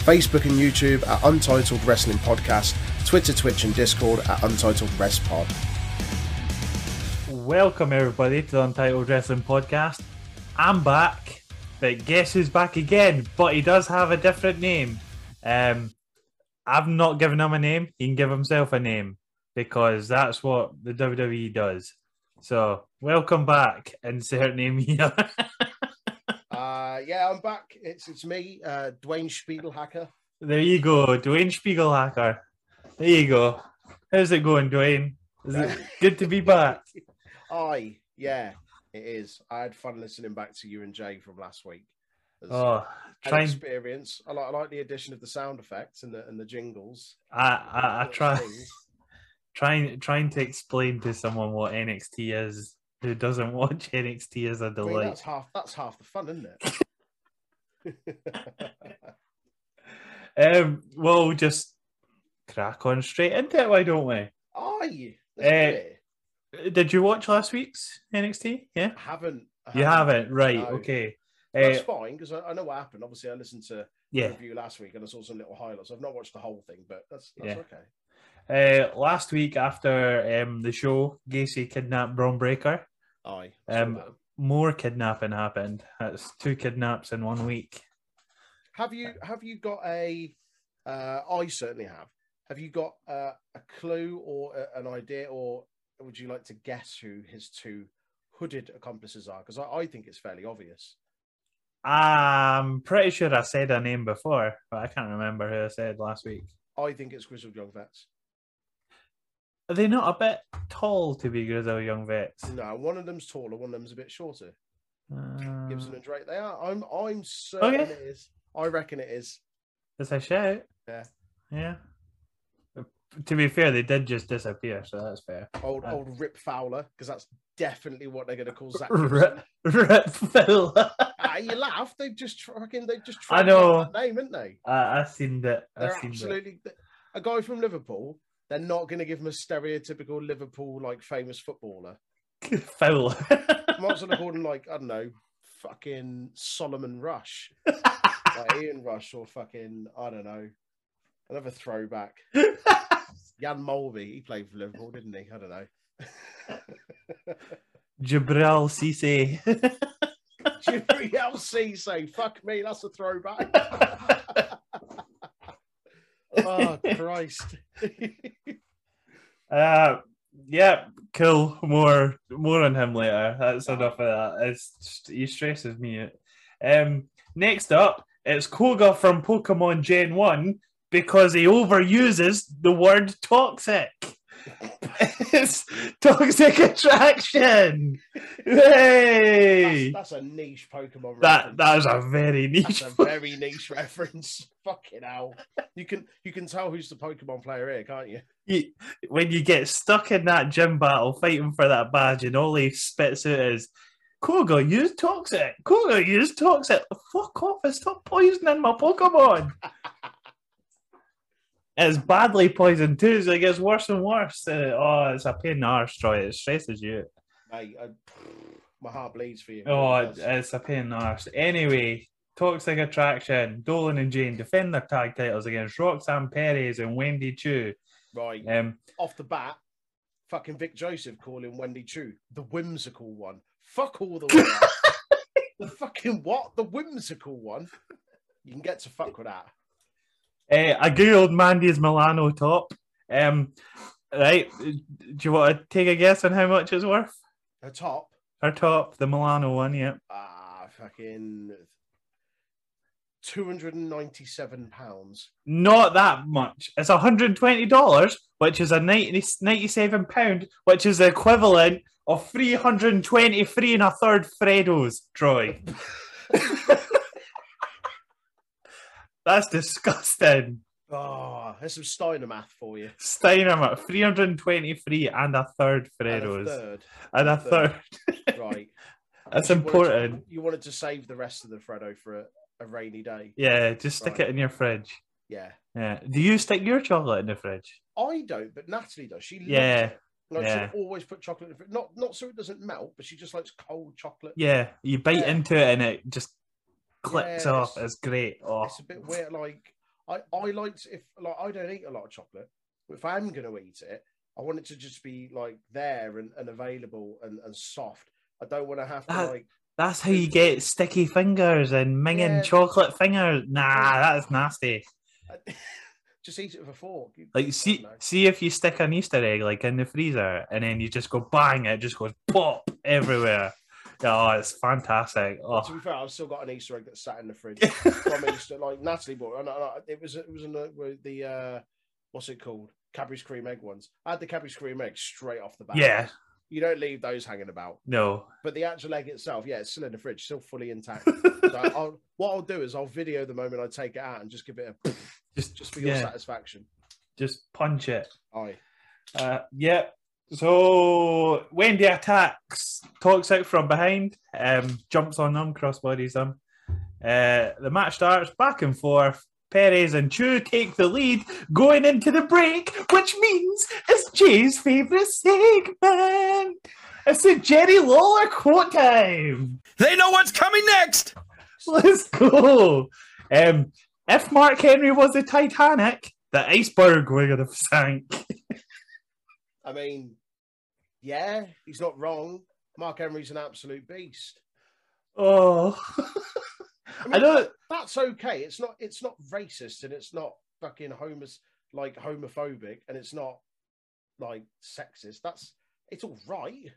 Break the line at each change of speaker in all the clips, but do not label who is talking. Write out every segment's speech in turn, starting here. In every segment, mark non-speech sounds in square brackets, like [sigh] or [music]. Facebook and YouTube at Untitled Wrestling Podcast, Twitter, Twitch, and Discord at Untitled Rest Pod.
Welcome everybody to the Untitled Wrestling Podcast. I'm back, but guess who's back again? But he does have a different name. Um, I've not given him a name. He can give himself a name because that's what the WWE does. So welcome back. Insert name here. [laughs]
Uh, yeah, I'm back. It's it's me, uh, Dwayne Spiegelhacker.
there you go, Dwayne Spiegelhacker. There you go. How's it going, Dwayne? Is it good to be back?
I yeah, it is. I had fun listening back to you and Jay from last week. As
Oh,
an
trying.
experience. I like, I like the addition of the sound effects and the and the jingles.
I, I, I
Those
try.
things.
[laughs] trying trying to explain to someone what NXT is who doesn't [laughs] watch NXT is a
I mean, that's
delight.
half that's half the fun, isn't
[laughs]
it?
Um, well, we'll just crack on straight into it, why don't we?
Aye.
Eh,
let's do it.
Did you watch last week's NXT? Yeah,
I haven't. I
you haven't, right?
No.
Okay.
That's
Uh,
fine because I, I know what happened. Obviously, I listened to the
yeah.
review last week and I saw some little highlights. I've not watched the whole thing, but that's that's
Yeah.
okay.
Uh, last week after um, the show, Gacy kidnapped Braun Breaker.
Aye.
Um,
Sure.
More kidnapping happened. That's two kidnaps in one week.
Have you have you got a? Uh, I certainly have. Have you got uh, a clue or a, an idea, or would you like to guess who his two hooded accomplices are? Because I, I think it's fairly obvious.
I'm pretty sure I said a name before, but I can't remember who I said last week.
I think it's grizzled young vets.
Are they not a bit tall to be Grizzle Young Vets?
No, one of them's taller, one of them's a bit shorter.
Uh,
Gibson and Drake. They are. I'm
Oh,
I'm certain
Okay.
it is. I reckon it is.
That's a shout.
Yeah.
Yeah. To be fair, they did just disappear, so that's fair.
[laughs]
[laughs]
Old
Uh,
old Rip Fowler, because that's definitely what they're going to
[laughs]
call Zach.
Rip. Rip Phil. [laughs] I,
Ah, you laugh. They've just fucking. They've just.
I
trademarked
know.
that name, haven't they?
I seen that. I
They're
seen that.
absolutely a guy from Liverpool. They're not going to give him a stereotypical Liverpool like famous footballer.
[laughs] Phil.
Might as well have called him like I don't know, fucking Solomon
[laughs]
Rush, like Ian Rush, or fucking I don't know, another
[laughs]
throwback. Jan Mulvey, he played for Liverpool, didn't he? I don't know. [laughs]
Jabril Cisse.
Jibril Cisse, fuck me, that's a
[laughs]
throwback. oh Christ! [laughs]
Uh, yeah, cool. More, more on him later. That's enough of that. It's he stresses me out. Um, next up, it's Koga from Pokemon Gen One because he overuses the word toxic. [laughs] it's toxic attraction.
[laughs] That's,
Hey,
that's a niche Pokemon.
that
reference.
that was a very
That's
[laughs] niche.
a very niche reference. [laughs] Fucking hell. You can you can tell who's the Pokemon player here, can't you?
you, [laughs] when you get stuck in that gym battle fighting for that badge and all he spits out is Koga, use toxic. Koga, use toxic. Fuck off and stop poisoning my Pokemon. it's badly poisoned too, so it gets worse and worse. Uh, oh, it's a pain in the arse, Troy. It stresses you.
Mate, I, [sighs] my heart bleeds for you.
Oh,
It
it-
does.
it's a pain in the arse. Anyway, Toxic Attraction, Dolan and Jane defend their tag titles against Roxanne Perez and Wendy Chu.
right.
Um,
Off the bat, fucking Vic Joseph calling Wendy Chu the whimsical one. Fuck all the way. the fucking what? The whimsical one. You can get to fuck with that.
Uh, I googled Mandy's Milano top. Um, right, do you want to take a guess on how much it's worth?
Her top.
Her top, the Milano one, yeah.
Ah, fucking two hundred and ninety-seven pounds.
Not that much. It's $120, which is a 90, 97 pound, which is the equivalent of 323 and a third Freddos, Troy. [laughs] That's disgusting.
Oh, there's some Steiner math for you.
Steiner, 323 and a third
And a
Ferreros.
third.
And a
third.
third.
Right.
[laughs] That's
You wanted to-
important.
you wanted to save the rest of the Freddo for a, a rainy day.
Yeah, just stick
Right.
it in your fridge.
Yeah.
Yeah. Do you stick your chocolate in the fridge?
I don't, but Natalie does. She loves
Yeah.
it. Like
yeah.
she always put chocolate in the fr- not not so it doesn't melt, but she just likes cold chocolate.
Yeah. You bite
Yeah.
into it and it just clicks
Yes.
off. It's great. Oh.
It's a bit weird. Like I, I liked if like I don't eat a lot of chocolate, but if I'm gonna eat it, I want it to just be like there and, and available and, and soft. I don't want to have to
That-
like [laughs]
That's how you get sticky fingers and minging
Yeah.
chocolate fingers. Nah, that's nasty.
just eat it with a fork. You- I
Like,
don't
see,
know.
see if you stick an Easter egg like in the freezer, and then you just go bang, it just goes pop everywhere. Oh, it's fantastic.
To
Oh,
be fair, I've still got an Easter egg that's sat in the
[laughs]
fridge from Easter. Like Natalie bought, and I, I- it was it was in the, with the uh, what's it called? Cadbury's cream egg ones. I had the Cadbury's cream egg straight off the bat.
yeah.
you don't leave those hanging about.
No.
But the actual egg itself, yeah, it's still in the fridge, still fully
[laughs]
intact. so I'll, what I'll do is I'll video the moment I take it out and just give it a
Just,
just
just,
for your
yeah,
satisfaction.
just punch it.
Aye.
Uh, yep. So Wendy attacks, talks out from behind, um, jumps on them, crossbodies them. Uh, the match starts back and forth. Perez and Chu take the lead going into the break, which means it's Jay's favourite segment. It's a Jerry Lawler quote time. [laughs]
They know what's coming next!
Let's go. Um, if Mark Henry was the Titanic, the iceberg would have sank.
I mean, yeah, he's not wrong. Mark Henry's an absolute beast.
Oh, [laughs] I don't.
That's okay. It's not it's not racist and it's not fucking homos like homophobic and it's not like sexist. That's it's all right.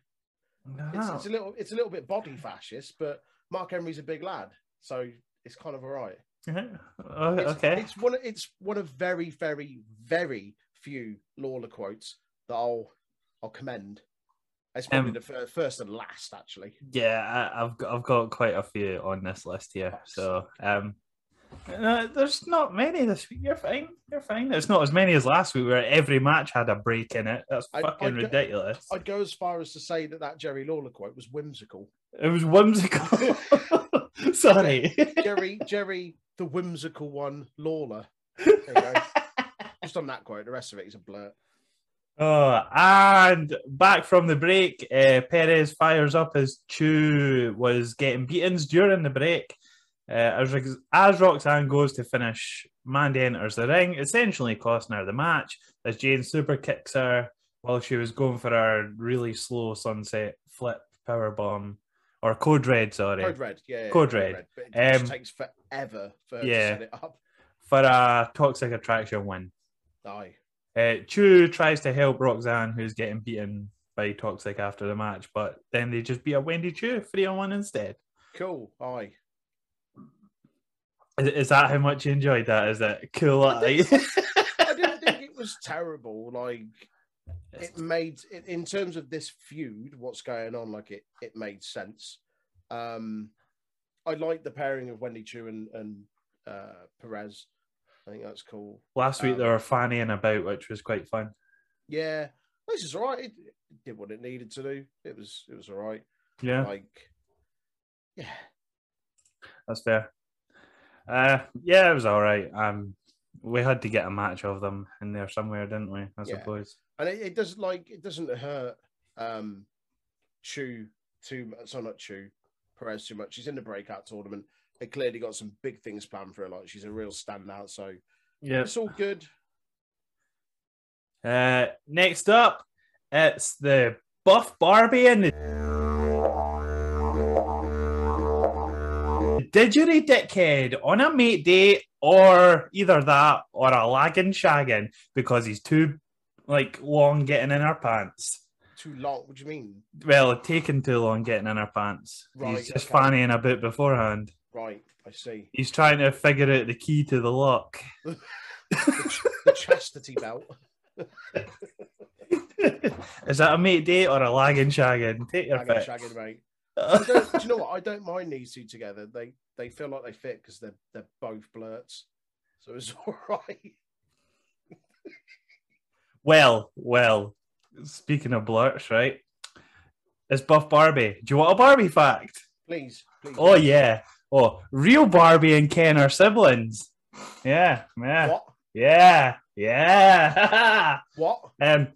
It's,
No.
it's a little it's a little bit body fascist, but Mark Henry's a big lad, so it's kind of all right.
Oh,
It's,
okay.
It's one. Of, it's one of very, very, very few Lawler quotes that I'll I'll commend. It's probably
Um,
the fir- first and last, actually.
Yeah, I, I've got, I've got quite a few on this list here. So, um, uh, there's not many this week. You're fine. You're fine. It's not as many as last week, where every match had a break in it. That's
I-
fucking
I don't-
ridiculous.
I'd go as far as to say that that Jerry Lawler quote was whimsical.
it
[laughs]
was whimsical. [laughs] Sorry.
Jerry, Jerry, the whimsical one, Lawler. There you go. Just on that quote. The rest of it is a blur.
Oh, and back from the break, uh, Perez fires up as Chu was getting beatings during the break. Uh, as, Rox- as Roxanne goes to finish, Mandy enters the ring, essentially costing her the match as Jane super kicks her while she was going for her really slow sunset flip power bomb or code red, sorry,
Code red. Yeah. yeah,
Code red.
But it just
Um,
takes forever for her
yeah.
to set it up.
for a toxic attraction win.
Aye.
Uh, Chu tries to help Roxanne, who's getting beaten by Toxic after the match, but then they just beat up Wendy Chu three on one instead.
Cool. Aye.
Is, is that how much you enjoyed that? Is that cool?
I didn't think it was terrible. Like it made it, in terms of this feud, what's going on? Like it, it made sense. Um, I like the pairing of Wendy Chu and, and uh, Perez. I think that's cool.
[laughs] Last week
Um,
they were fannying about, which was quite fun.
Yeah, this is all right. It, it did what it needed to do. It was it was all right.
Yeah,
Like, yeah,
that's fair. Uh, yeah, it was all right. Um, we had to get a match of them in there somewhere, didn't we? I
Yeah.
suppose.
and it, it doesn't like it doesn't hurt um Chu too much. So not Chu Perez too much. She's in the breakout tournament. They clearly got some big things planned for her. Like she's a real standout. So
Yeah.
it's all good.
Uh, next up, it's the Buff Barbie and the Didgery Dickhead on a mate date, or either that or a lagging shagging because he's too like long getting in her pants.
Too long. What do you mean?
Well, taking too long getting in her pants.
Right,
he's just
okay.
fannying a bit beforehand.
Right. I see.
He's trying to figure out the key to the lock. [laughs]
The, ch- the chastity belt.
Is that a mate date or a lagging shagging? Take your
Hang on,
pick.
shagging, mate. I don't- do you know what? I don't mind these two together. They they feel like they fit because they're they're both blurts. So it's [laughs] all right.
Well, well, speaking of blurts, right? It's Buff Barbie. Do you want a Barbie fact?
Please, please.
Oh, yeah. Oh, real Barbie and Ken are siblings. Yeah, yeah,
What?
yeah, yeah. [laughs]
What?
Um,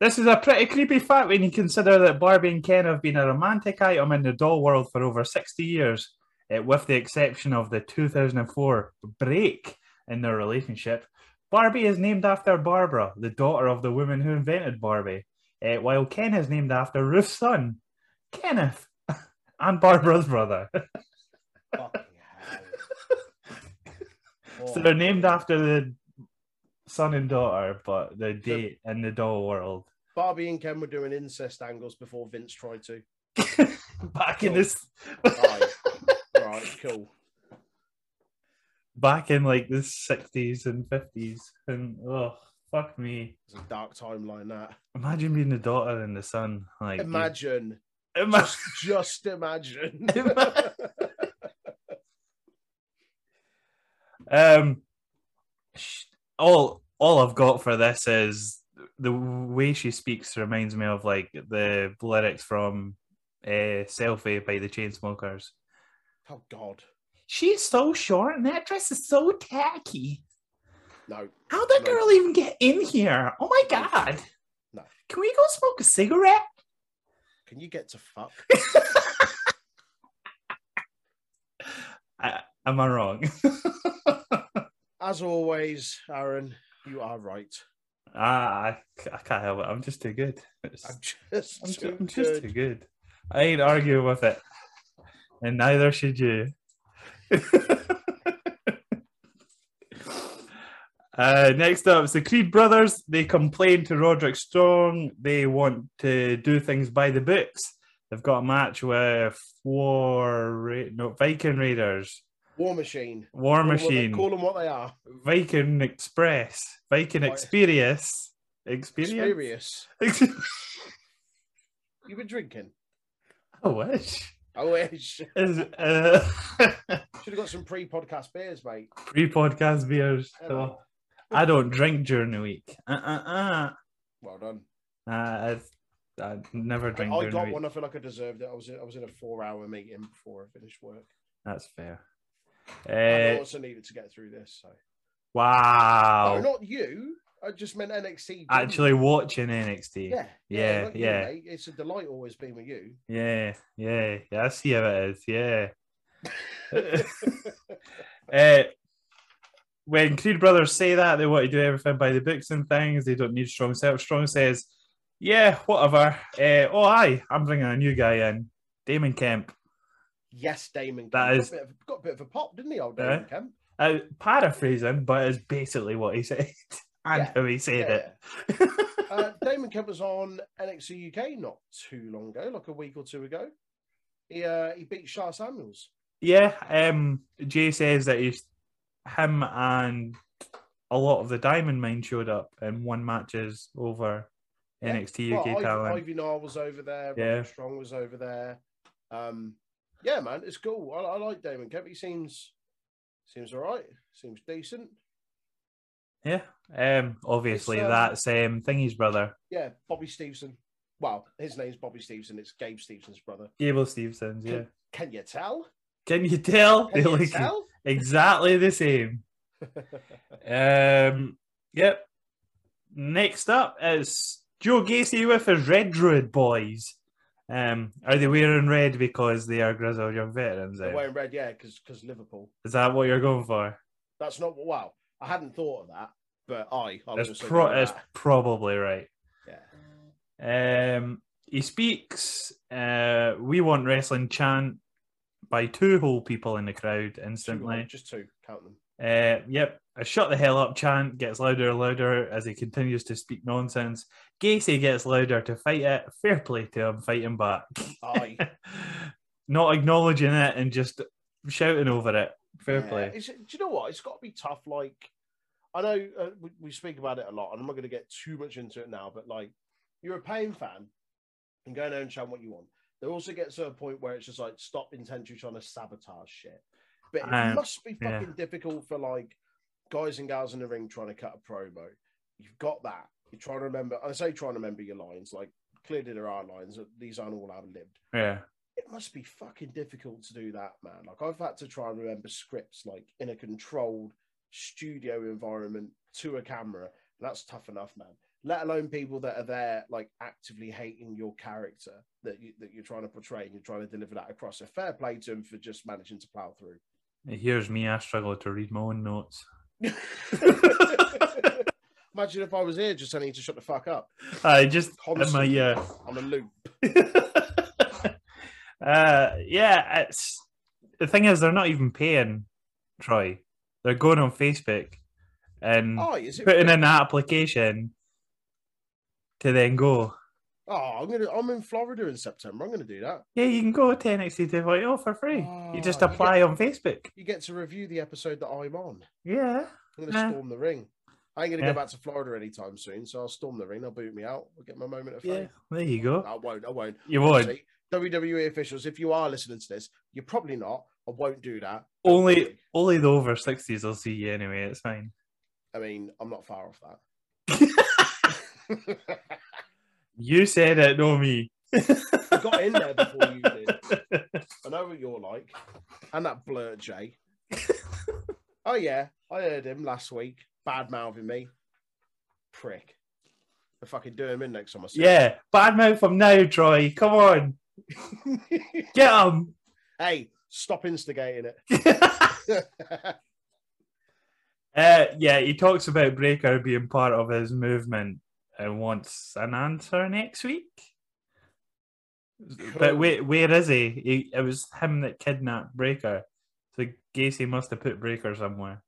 this is a pretty creepy fact when you consider that Barbie and Ken have been a romantic item in the doll world for over 60 years, eh, with the exception of the 2004 break in their relationship. Barbie is named after Barbara, the daughter of the woman who invented Barbie, eh, while Ken is named after Ruth's son, Kenneth, [laughs] and Barbara's brother. [laughs]
Fucking hell.
So they're named after the son and daughter, but the date in the doll world. [laughs]
Barbie and Ken were doing incest angles before Vince tried to.
Back in this [laughs]
Right. right, cool.
back in like the sixties and fifties, and oh fuck me!
It's a dark timeline that.
Imagine being the daughter and the son. Like you- [laughs]
Imagine.
Ima-
Just imagine.
[laughs] um, sh- all all I've got for this is the way she speaks reminds me of like the lyrics from uh, "Selfie" by the Chainsmokers.
oh God.
She's so short, and that dress is so tacky.
No.
How'd that
No.
girl even get in here? Oh my god!
No.
Can we go smoke a cigarette?
Can you get to fuck?
I, am I wrong?
As always, Aaron, you are right.
Ah, I, I can't help it. I'm just too good. It's-
I'm just
I'm, ju-
too
I'm just
good.
too good. I ain't arguing with it, and neither should you. [laughs] Uh, next up, it's the Creed brothers. They complain to Roderick Strong. They want to do things by the books. They've got a match with War Ra- no Viking Raiders,
War Machine. Call
War
'em what they-
Machine.
Call them what they are.
Viking Express, Viking
Right.
Experience, Experience.
Experience. You've been drinking.
[laughs]
Oh,
I wish.
I wish.
Is, uh, [laughs]
Should have got some pre-podcast beers, mate.
pre-podcast beers. So I don't drink during the week. Uh uh
Well done.
uh. uh I, I never
I,
drink
I
during the
got
week.
one. I feel like I deserved it. I was I was in a four-hour meeting before I finished work.
That's fair.
And I
Uh,
also needed to get through this. So.
wow.
No, not you. I just meant NXT. didn't you?
oh. Actually watching NXT.
Yeah.
Yeah,
not you,
yeah.
mate. It's a delight always being with you.
[laughs] Yeah, yeah, yeah. I see how it is. Yeah. uh, when Creed brothers say that they want to do everything by the books and things, they don't need strong self. Strong says, "Yeah, whatever." Uh, oh, aye, I'm bringing a new guy in, Damon Kemp.
Yes, Damon.
That
Kemp.
is-
got a, bit of, got a bit of a pop, didn't he, old
Yeah.
Damon Kemp?
Uh, paraphrasing, but it's basically what he [laughs] said and
Yeah,
how he said it.
Yeah. uh, Damon Kemp was on NXT UK not too long ago, like a week or two ago. He uh, he beat Shah Samuels.
[laughs] Yeah, um, Jay says that he's him and a lot of the Diamond Mine showed up and won matches over
Yeah.
NXT UK
Well, Ivy-
talent.
Ivy Nile was over there.
Yeah.
Roderick Strong was over there. Um, yeah, man, it's cool. I, I like Damon Kemp. He seems seems all right. Seems decent.
Yeah, um, obviously
It's, um,
that's um, Thingy's brother,
Yeah, Bobby Stevenson. Well, his name's Bobby Stevenson. It's Gabe Stevenson's brother.
Gable Stevenson's. Yeah,
Can you tell?
can you tell?
Can
[laughs] they
you
look
tell?
exactly the same. um, yep. Next up is Joe Gacy with his Red Druid boys. Um, are they wearing red because they are Grizzled Young Veterans?
They're
then?
wearing red, yeah, because Liverpool.
Is that what you're going for?
That's not wow. I hadn't thought of that, but I I was
That's, pro- that's
that.
probably right.
Yeah.
Um, he speaks. Uh, we want wrestling chant by two whole people in the crowd
Two of them,
instantly.
just two. Count them.
Uh, yep, a shut the hell up chant gets louder and louder as he continues to speak nonsense. Gacy gets louder to fight it. Fair play to him fighting back, [laughs]
I
not acknowledging it and just shouting over it. Fair
Yeah,
play.
It's, do you know what? It's got to be tough. Like, I know uh, we, we speak about it a lot, and I'm not going to get too much into it now. But like, you're a paying fan, and go there and chant what you want. There also gets to a point where it's just like stop intentionally trying to sabotage shit. But it
Um,
must be
yeah.
fucking difficult for like guys and gals in the ring trying to cut a promo. You've got that. You're trying to remember. I say trying to remember your lines. Like clearly there are lines. but These aren't all outlived.
Yeah.
It must be fucking difficult to do that, man. Like I've had to try and remember scripts like in a controlled studio environment to a camera. That's tough enough, man. Let alone people that are there like actively hating your character that you, that you're trying to portray and you're trying to deliver that across. So fair play to them for just managing to plow through.
Here's me. I struggle to read my own notes.
Imagine if I was here, just I need to shut the fuck up.
I just in my
Constant.
yeah. [laughs]
I'm a loop.
uh, yeah, it's the thing is they're not even paying Troy. They're going on Facebook and
Oh, is it?
putting Hmm. in an application to then go.
Oh, I'm gonna. I'm in Florida in September. I'm gonna do that.
Yeah, you can go to NXT 2.0 for free. you just
Oh, you
apply on Facebook.
You get to review the episode that I'm on.
Yeah.
I'm gonna
Yeah.
storm the ring. I ain't gonna
Yeah.
go back to Florida anytime soon, so I'll storm the ring. They'll boot me out. I'll get my moment of fame.
Yeah. There you go.
I won't. I won't.
You would.
Honestly, WWE E officials, if you are listening to this, you're probably not. I won't do that. Don't
Only
worry.
only the over 60s will see you anyway. It's fine.
I mean, I'm not far off [laughs] that.
You said it, no me. [laughs]
I got in there before you did. I know what you're like. And that blurt Jay.
[laughs]
oh yeah, I heard him last week. Bad mouthing me. Prick. I fucking do him in next time I see
Yeah. Bad mouth from now, Troy. Come on.
him. [laughs]
Get him.
hey, stop instigating
[laughs]
it.
Uh, yeah, he talks about Breaker being part of his movement and wants an answer next week. But
Cool.
wait, where is he? he? It was him that kidnapped Breaker. So Gacy must have put Breaker somewhere.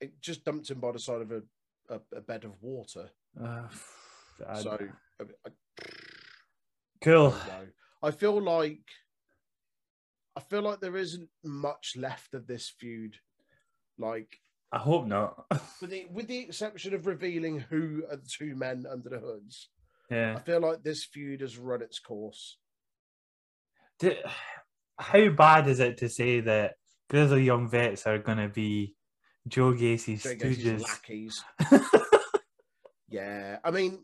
it just dumped him by the side of a, a, a bed of water.
Uh, [sighs] I-
so I, I
cool.
don't know. I feel like I feel like there isn't much left of this feud. Like
I hope not. [laughs]
with the with the exception of revealing who are the two men under the hoods, I
yeah.
feel like this feud has run its course.
Do, how bad is it to say that Grizzly Young Vets are going to be Joe Gacy's
Don't get these
stooges? [laughs]
lackeys. Yeah, I mean,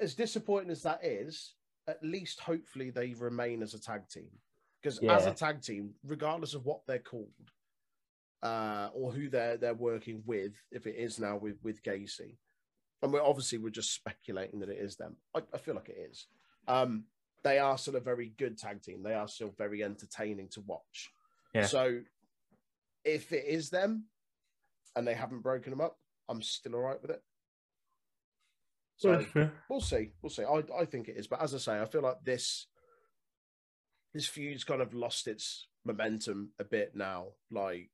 as disappointing as that is, at least hopefully they remain as a tag team because as
Yeah.
a tag team, regardless of what they're called uh, or who they're they're working with, if it is now with with Gacy, and we're obviously we're just [laughs] speculating that it is them. I, I feel like it is. Um, they are still a very good tag team. They are still very entertaining to watch.
Yeah.
So if it is them and they haven't broken them up, I'm still all right with it. So we'll see. We'll see. I, I think it is. But as I say, I feel like this this feud's kind of lost its momentum a bit now. Like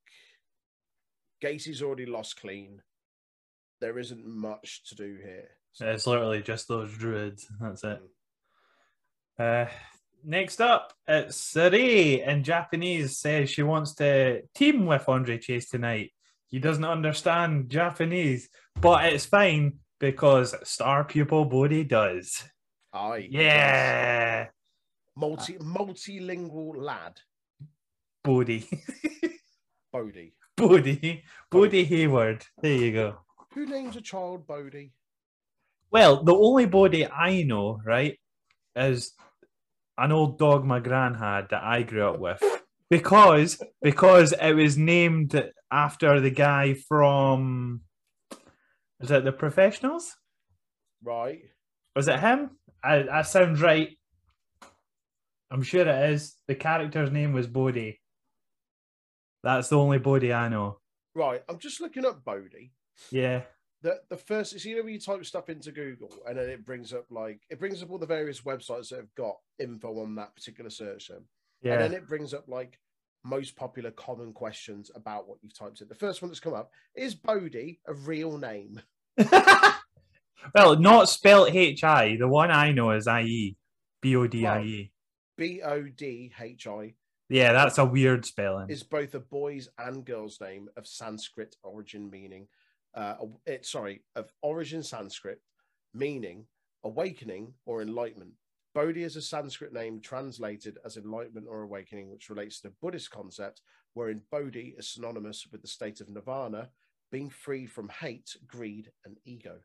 Gacy's already lost clean. There isn't much to do here.
It's literally just those druids. That's it. Uh, next up, it's Sari in Japanese says she wants to team with Andre Chase tonight. He doesn't understand Japanese, but it's fine because star pupil Bodhi does.
Aye.
Yeah,
Multi multilingual lad,
Bodhi, [laughs]
Bodhi.
Bodhi, Bodhi Hayward. There you go.
Who names a child Bodhi?
Well, the only Bodhi I know, right, is an old dog my gran had that I grew up with. Because because it was named after the guy from is it the professionals?
Right.
Was it him? I, I sound right. I'm sure it is. The character's name was Bodhi. That's the only Bodhi I know.
Right. I'm just looking up Bodhi.
Yeah.
the the first it's you know when you type stuff into Google and then it brings up like it brings up all the various websites that have got info on that particular search term. And
Yeah.
then it brings up like most popular common questions about what you've typed in. The first one that's come up is Bodhi a real name?
[laughs] well, not spelt H I. The one I know is I E. B O D I E.
B O D H I
Yeah, that's a weird spelling.
is both a boy's and girl's name of Sanskrit origin meaning uh it, sorry, of origin Sanskrit meaning awakening or enlightenment. Bodhi is a Sanskrit name translated as enlightenment or awakening, which relates to the Buddhist concept, wherein Bodhi is synonymous with the state of nirvana, being freed from hate, greed, and ego.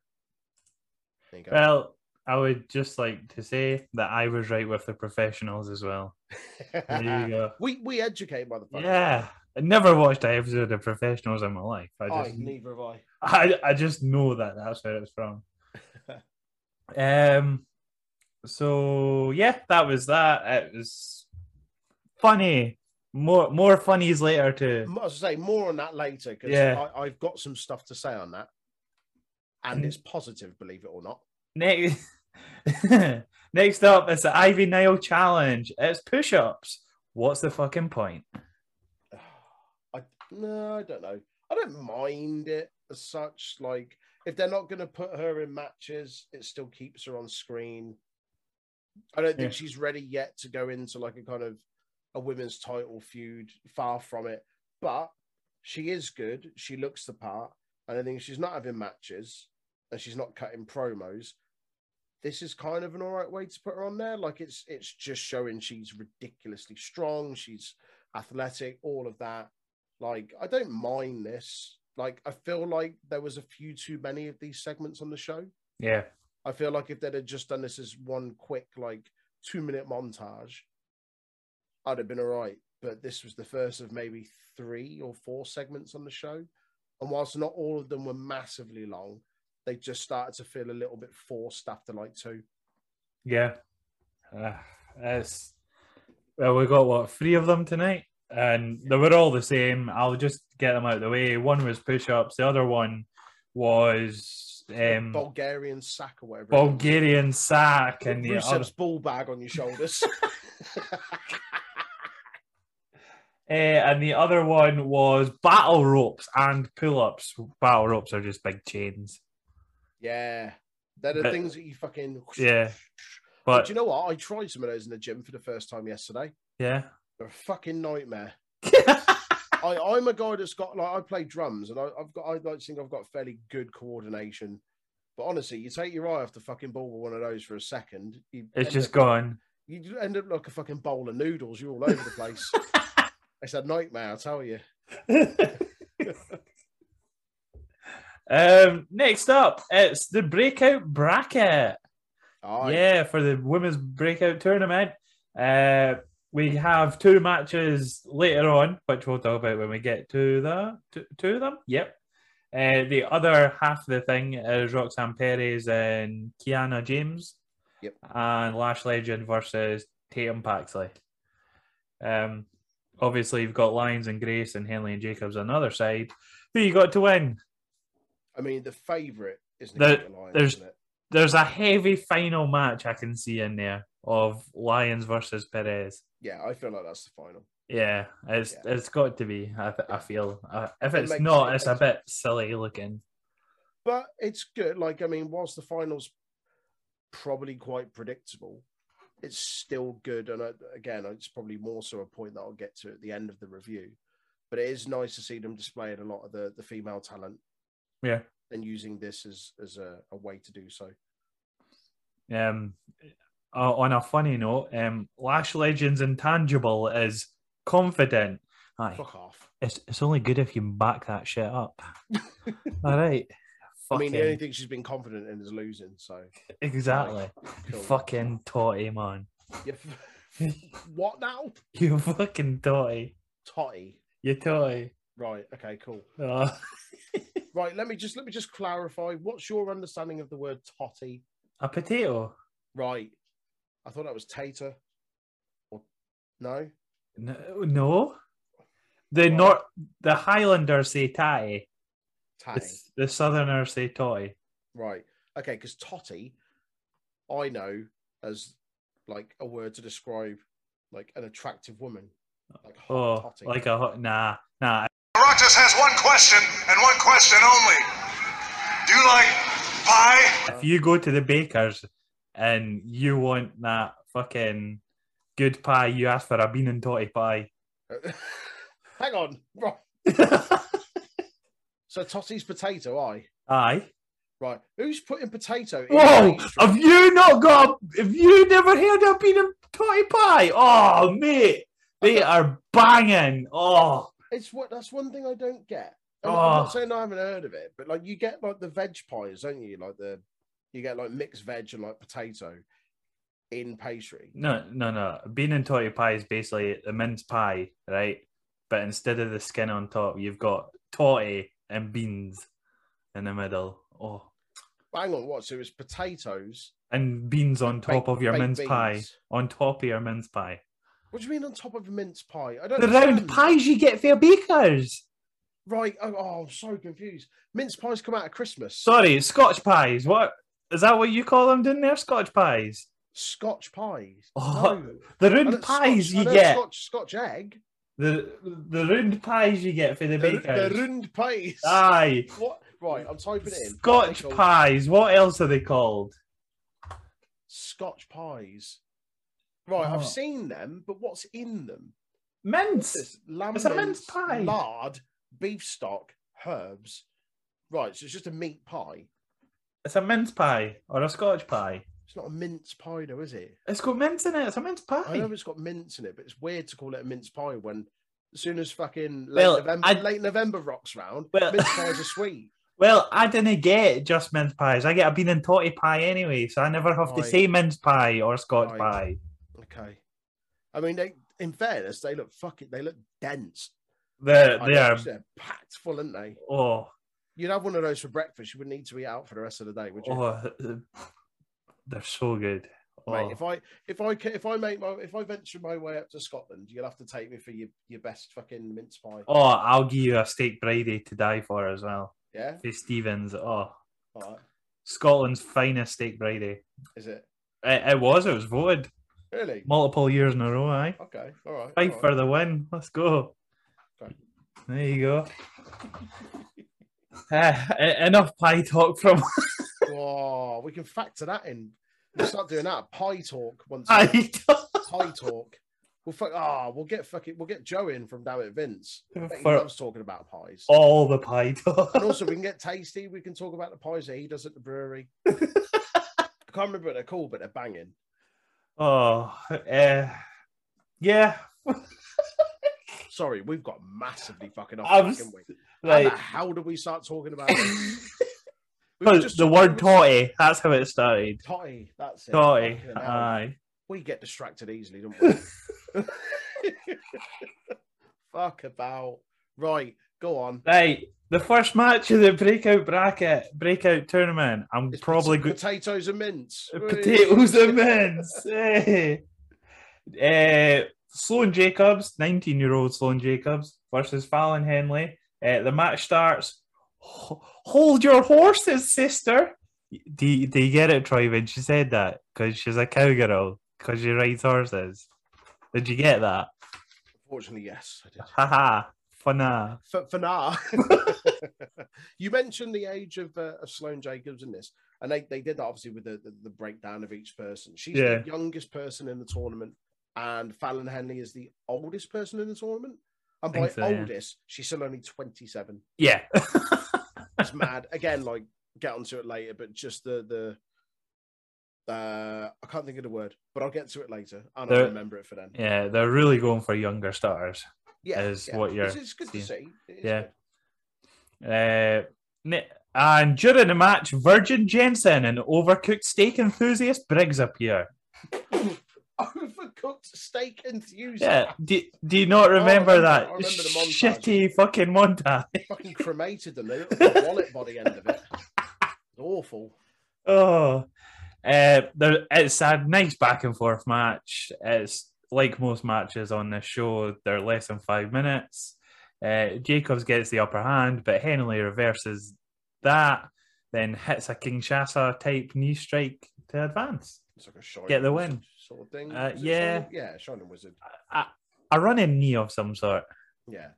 There you go.
Well, I would just like to say that I was right with the professionals as well.
[laughs]
There you go.
we we educate motherfuckers.
Yeah. I never watched an episode of Professionals in my life. I
I,
just,
Oh, neither have I.
I, I just know that that's where it's from. um, so yeah, that was that. It was funny. More more funnies later to
M- As I say, more on that later because
Yeah.
I've got some stuff to say on that, and it's positive, believe it or not.
next. [laughs] next up is the Ivy Nile challenge. It's push ups. What's the fucking point?
[sighs] I no, I don't know. I don't mind it as such. Like if they're not going to put her in matches, it still keeps her on screen. I don't think
Yeah.
she's ready yet to go into like a kind of a women's title feud. Far from it, but she is good. She looks the part, and I think she's not having matches and she's not cutting promos. This is kind of an all right way to put her on there. Like it's it's just showing she's ridiculously strong. She's athletic, all of that. Like, I don't mind this. Like, I feel like there was a few too many of these segments on the show.
Yeah.
I feel like if they'd have just done this as one quick, like two minute montage, I'd have been all right. But this was the first of maybe three or four segments on the show. And whilst not all of them were massively long, they just started to feel a little bit forced after like two.
Yeah. Uh, it's, well, we got what, three of them tonight? And they were all the same. I'll just get them out of the way. One was push ups, the other one was um,
Bulgarian sack or whatever. it is.
Bulgarian sack, and the other,
Rusev's ball bag on your shoulders.
eh, and the other one was battle ropes and pull ups. Battle ropes are just big chains.
yeah. They're the
But-
things that you fucking. [laughs]
Yeah.
But
But
do you know what? I tried some of those in the gym for the first time yesterday.
yeah.
They're a fucking
[laughs]
nightmare. I, I'm a guy that's got like I play drums and I, I've got I like to think I've got fairly good coordination. But honestly, you take your eye off the fucking ball with one of those for a second, you
It's
end
just
up-
gone.
you end up like a fucking bowl of noodles. You're all over the
[laughs]
place. it's a nightmare, I tell you.
um, next up, it's the breakout bracket.
Aye.
Yeah, for the women's breakout tournament. Uh, we have two matches later on, which we'll talk about when we get to the to, to them. Yep. Uh, the other half of the thing is Roxanne Perez and Kiana James.
Yep.
And Lash Legend versus Tatum Paxley. Um, obviously you've got Lyons and Grace and Henley and Jacobs on the other side. Who you got to win?
I mean, the favourite is
There-
Nikita Lyons,
there's-
isn't it?
There's a heavy final match I can see in there of Lyons versus Perez.
Yeah, I feel like that's the final.
Yeah, it's it's got to be. I, th- I feel uh, if
It
it's
makes-
not,
it
it's a
makes-
bit silly looking.
but it's good. Like, I mean, whilst the finals probably quite predictable, it's still good. And I, again, it's probably more so a point that I'll get to at the end of the review. But it is nice to see them displaying a lot of the, the female talent
Yeah.
and using this as as a, a way to do so.
Um, uh, on a funny note, um, Lash Legends Intangible is confident. Aye,
Fuck off.
it's it's only good if you back that
[laughs]
shit up. All right.
I mean,
Fucking,
the only thing she's been confident in is losing. So,
exactly.
cool.
Fucking totty, man.
Yeah. [laughs] what now?
You [laughs] fucking totty.
Totty.
You totty.
Right. Okay. Cool.
Oh.
Right. Let me just let me just clarify. What's your understanding of the word totty?
a potato.
Right. I thought that was Tater. Or no?
No, no. the
Why?
nor the Highlanders say tatty, the,
Tatty.
s- the Southerners say toy.
Right. Okay, because totty I know as like a word to describe like an attractive woman. Like hot
Oh,
totty.
like a hot nah, nah.
Roxas has one question and one question only. Do you like pie?
If you go to the baker's and you want that fucking good pie, you ask for a bean and totty pie.
[laughs] Hang on. Right. So totty's potato, I.
Aye.
Right. Who's putting potato in
Whoa!
mainstream?
Have you not got? A, have you never heard of bean and totty pie? Oh, mate, they are banging. Oh,
It's what that's one thing I don't get. I'm, I'm
Oh.
not saying I haven't heard of it, but like you get like the veg pies, don't you? Like the you get like mixed veg and like potato in pastry.
No, no, no. Bean and totty pie is basically a mince pie, right? But instead of the skin on top, you've got totty and beans in the middle. Oh,
Hang on, what? So it's potatoes
and beans on top
baked-
of your
baked
mince pie.
beans.
On top of your mince pie.
What do you mean on top of a mince pie? I don't
The round
understand.
pies you get for your bakers.
Right. Oh, oh, I'm so confused. Mince pies come out at Christmas.
Sorry, Scotch pies. What is that? What you call them? Didn't they Scotch pies?
Scotch pies.
Oh,
no.
The
I
round
don't-
pies
Scotch- I
you
don't
get.
Scotch, Scotch egg.
The the round pies you get for the
The, the
bakers.
rund pies.
Aye.
What? Right, I'm typing it in. What are they
Scotch
called?
pies. What else are they called?
Scotch pies. Right,
Oh.
I've seen them, but what's in them?
Mince.
This lamb
It's a mince
mince,
pie.
lard, beef stock, herbs. Right, so it's just a meat pie.
It's a mince pie or a Scotch pie.
It's not a mince pie, though, is it?
It's got mince in it. It's a mince
I
pie.
know it's got mince in it, but it's weird to call it a mince pie when, as soon as fucking late,
Well,
November,
I-
late November rocks round,
Well-
mince pies are sweet.
Well, I didn't get just mince pies. I get a bean and totty pie anyway, so I never have to
Right.
say mince pie or Scotch
Right.
pie.
Okay, I mean, they, in fairness, they look fucking, they look dense.
They're,
I
Uh, they
know,
are.
'cause They're packed full, aren't they?
Oh,
You'd have one of those for breakfast. You wouldn't need to eat out for the rest of the day, would you?
oh, they're so good. Oh,
Mate, if I if I ca- if I make my if I venture my way up to Scotland, you'll have to take me for your, your best fucking mince pie.
oh, I'll give you a steak Brady to die for as well.
Yeah,
Hey, Stevens. Oh,
all right.
Scotland's finest steak Brady.
Is it
It, it was. It was voted
really?
multiple years in a row. Aye.
Okay, all right.
Five
all right.
for the win. Let's go.
Okay.
There you go. [laughs] Eh, e- enough pie talk from [laughs]
Whoa, we can factor that in. We'll start doing that pie talk once. a week.
pie talk
Pie talk. We'll fuck. Ah, we'll get fucking. We'll get Joe in from Damn It Vince. I bet he
for Oh.
loves talking about pies.
all the pie talk. [laughs]
And also, we can get tasty. We can talk about the pies that he does at the brewery.
[laughs]
I can't remember what they're called, but they're banging.
Oh, eh, yeah.
Sorry, we've got massively fucking off.
I'm
track,
s-
haven't we? How the
Like,
hell did we start talking
[laughs]
about this? We were
because
just
the
talking
word
about
totty, that's how it started.
Totty, that's it.
Totty.
Fucking hell.
Aye.
we get distracted easily, don't
[laughs]
we? Fuck about. Right, go on.
Right. The first match of the breakout bracket, breakup tournament. I'm
It's
probably
pot-
good.
potatoes and mince.
Potatoes and mince. Hey. Eh, Sloan Jacobs, 19 year old Sloan Jacobs versus Fallon Henley. Eh, the match starts. "Ho- Hold your horses, sister. Do you, do you get it, Troy, when she said that? Because she's a cowgirl, because she rides horses. Did you get that?
Fortunately, yes, I did.
Haha. Funna.
For, for now, [laughs] you mentioned the age of, uh, of Sloane Jacobs in this, and they, they did that obviously with the, the, the breakdown of each person. She's
Yeah.
the youngest person in the tournament, and Fallon Henley is the oldest person in the tournament. And by
Think so, yeah.
oldest, she's still only 27.
Yeah.
It's
[laughs]
mad. Again, like get onto it later, but just the the uh I can't think of the word, but I'll get to it later and I'll
There-
remember it for then.
yeah, they're really going for younger stars.
Yeah,
is
yeah.
what you're
It's, it's good to see. It is
Yeah.
good.
Uh, ne- and during the match, Virgin Jensen, an overcooked steak enthusiast, Briggs appear.
[laughs] Overcooked steak enthusiast.
Yeah, do, do you not remember
remember-
that
Oh, I remember the montage.
shitty fucking montage? [laughs]
Fucking cremated them. They looked like a wallet by the end of it. Awful.
Oh, uh, there, it's a nice back and forth match. It's like most matches on this show; they're less than five minutes. Uh, Jacobs gets the upper hand, but Henley reverses that, then hits a Kinshasa type knee strike to advance.
It's like a shining
Get the
wizard
win.
sort of thing.
Uh,
Is it
yeah.
shining- yeah, shining wizard.
A running knee of some sort.
Yeah,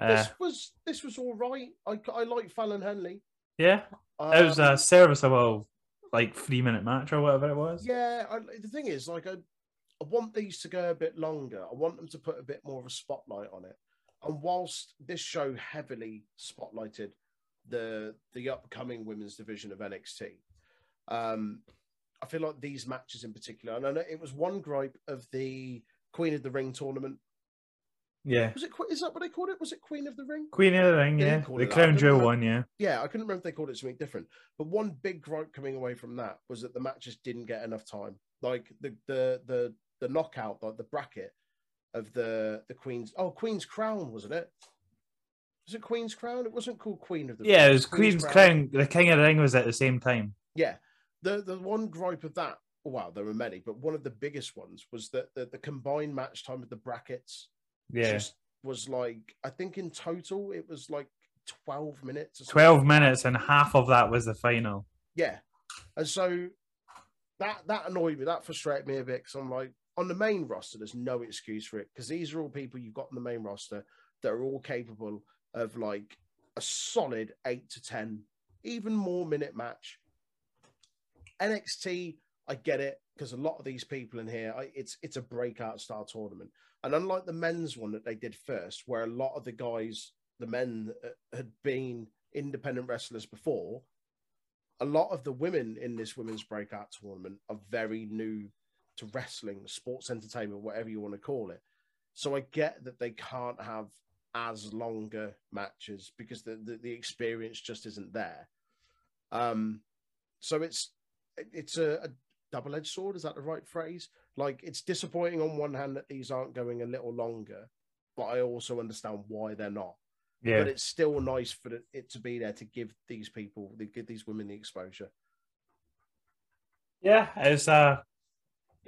Uh,
this was this was all right. I I like Fallon Henley.
yeah, it was uh,
um,
a serviceable, like three minute match or whatever it was.
Yeah, I, the thing is, like, I, I want these to go a bit longer. I want them to put a bit more of a spotlight on it. And whilst this show heavily spotlighted the the upcoming women's division of NXT, um, I feel like these matches in particular, and I know it was one gripe of the Queen of the Ring tournament
Yeah.
Was it? Que- Is that what they called it? Was it Queen of the Ring?
Queen of the Ring,
They
yeah.
didn't call
The
it that,
Crown
did
Jewel
they?
one, yeah.
Yeah, I couldn't remember if they called it something different. But one big gripe coming away from that was that the matches didn't get enough time. Like the the the the knockout, like the bracket of the the Queen's oh Queen's Crown, wasn't it? Was it Queen's Crown? It wasn't called Queen of the
Yeah,
Ring.
it was Queen's Crown. The King of the Ring was at the same time.
Yeah. The the one gripe of that, wow, there were many, but one of the biggest ones was that the, the combined match time of the brackets
Yeah.
just was like I think in total it was like 12 minutes or something.
12 minutes and half of that was the final.
Yeah. And so that that annoyed me. That frustrated me a bit because I'm like, on the main roster, there's no excuse for it because these are all people you've got on the main roster that are all capable of like a solid eight to 10, even more minute match. NXT, I get it because a lot of these people in here, I, it's it's a breakout style tournament. And unlike the men's one that they did first, where a lot of the guys, the men uh, had been independent wrestlers before, a lot of the women in this women's breakout tournament are very new to wrestling, sports entertainment, whatever you want to call it. So I get that they can't have as longer matches because the the, the experience just isn't there. Um, so it's it's a, a double edged sword. Is that the right phrase? Like it's disappointing on one hand that these aren't going a little longer, but I also understand why they're not
Yeah.
but it's still nice for the- it to be there to give these people, to give these women the exposure.
Yeah, it's uh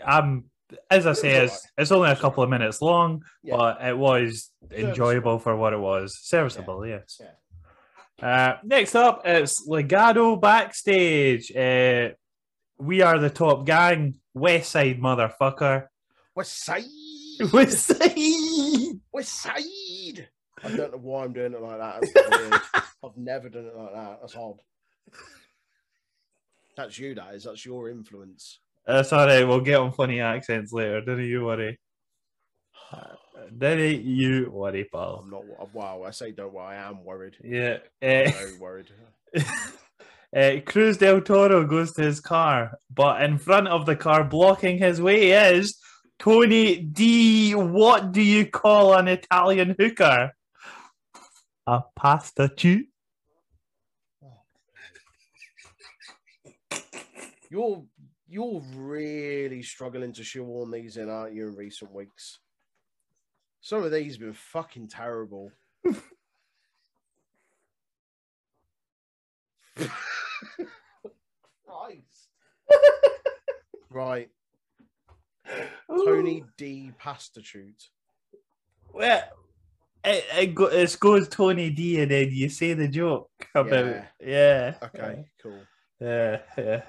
um as I
It
say,
was
it's it's only a couple of minutes long,
Yeah.
but it was
Serviceable.
enjoyable for what it was. Serviceable, yes. Uh, next up, it's Legado backstage. Uh, we are the top gang, West
[laughs]
Side motherfucker.
West Side,
West Side.
West Side. I don't know why I'm doing it like that. That's weird. I've never done it like that. That's odd. That's you, that is. That's your influence.
That's all right. Uh, We'll get on funny accents later. Don't you worry. Don't you worry, pal.
Uh, I'm not. Wow. I say don't worry. I am worried.
Yeah. Uh, [laughs]
Very worried.
Uh, Cruz del Toro goes to his car, but in front of the car, blocking his way, is Tony D. What do you call an Italian hooker? A pasta chew?
You're you're really struggling to shoehorn these in, aren't you? In recent weeks, some of these have been fucking terrible. Christ. right, Tony D. Pastitute.
Well, it, it, go, it goes Tony D, and then you say the joke about yeah.
Okay, cool.
Yeah. yeah.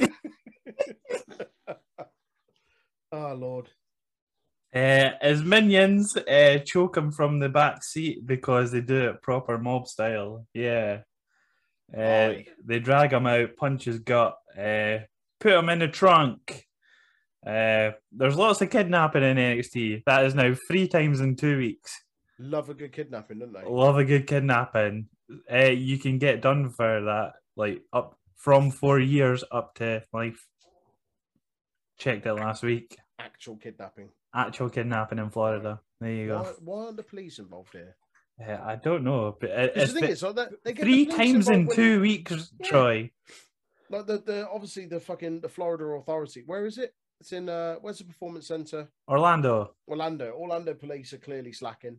[laughs] Oh Lord,
Uh, his minions uh, choke him from the back seat because they do it proper mob style. Yeah. Uh,
Aye.
they drag him out, punch his gut, uh, put him in the trunk. Uh, there's lots of kidnapping in NXT. That is now three times in two weeks.
love a good kidnapping, don't they?
Love a good kidnapping. Uh, you can get done for that, like up from four years up to life. Checked it last week.
Actual kidnapping.
Actual kidnapping in Florida. There you go.
Why, why aren't the police involved here?
Yeah, I don't know, but it,
Because
it's
the thing
been
is, like, they, they get the
three
police
times in
involved when-
two weeks,
Yeah.
Troy.
Like the, the obviously the fucking the Florida Authority. Where is it? It's in uh where's the performance center?
Orlando.
Orlando. Orlando police are clearly slacking.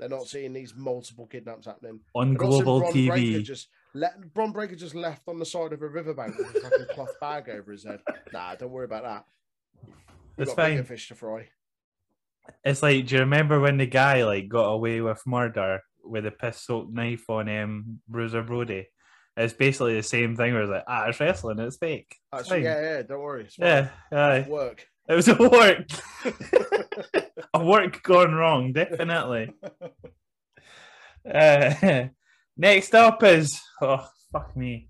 They're not seeing these multiple kidnaps happening.
On
And also
global
Bron Breaker
TV.
just let Bron Breaker just left on the side of a riverbank with a fucking cloth bag over his head. Nah, don't worry about that. We've
It's
got bigger
fine.
fish to fry.
It's like, do you remember when the guy like got away with murder with a piss soaked knife on um, Bruiser Brody? It's basically the same thing where it's like, ah, it's wrestling, it's fake. It's
Actually,
fine.
Ah, yeah, yeah, don't worry. It's
yeah,
fine.
aye.
work.
[laughs] It was a work. a work gone wrong, definitely. Uh, [laughs] next up is oh fuck me.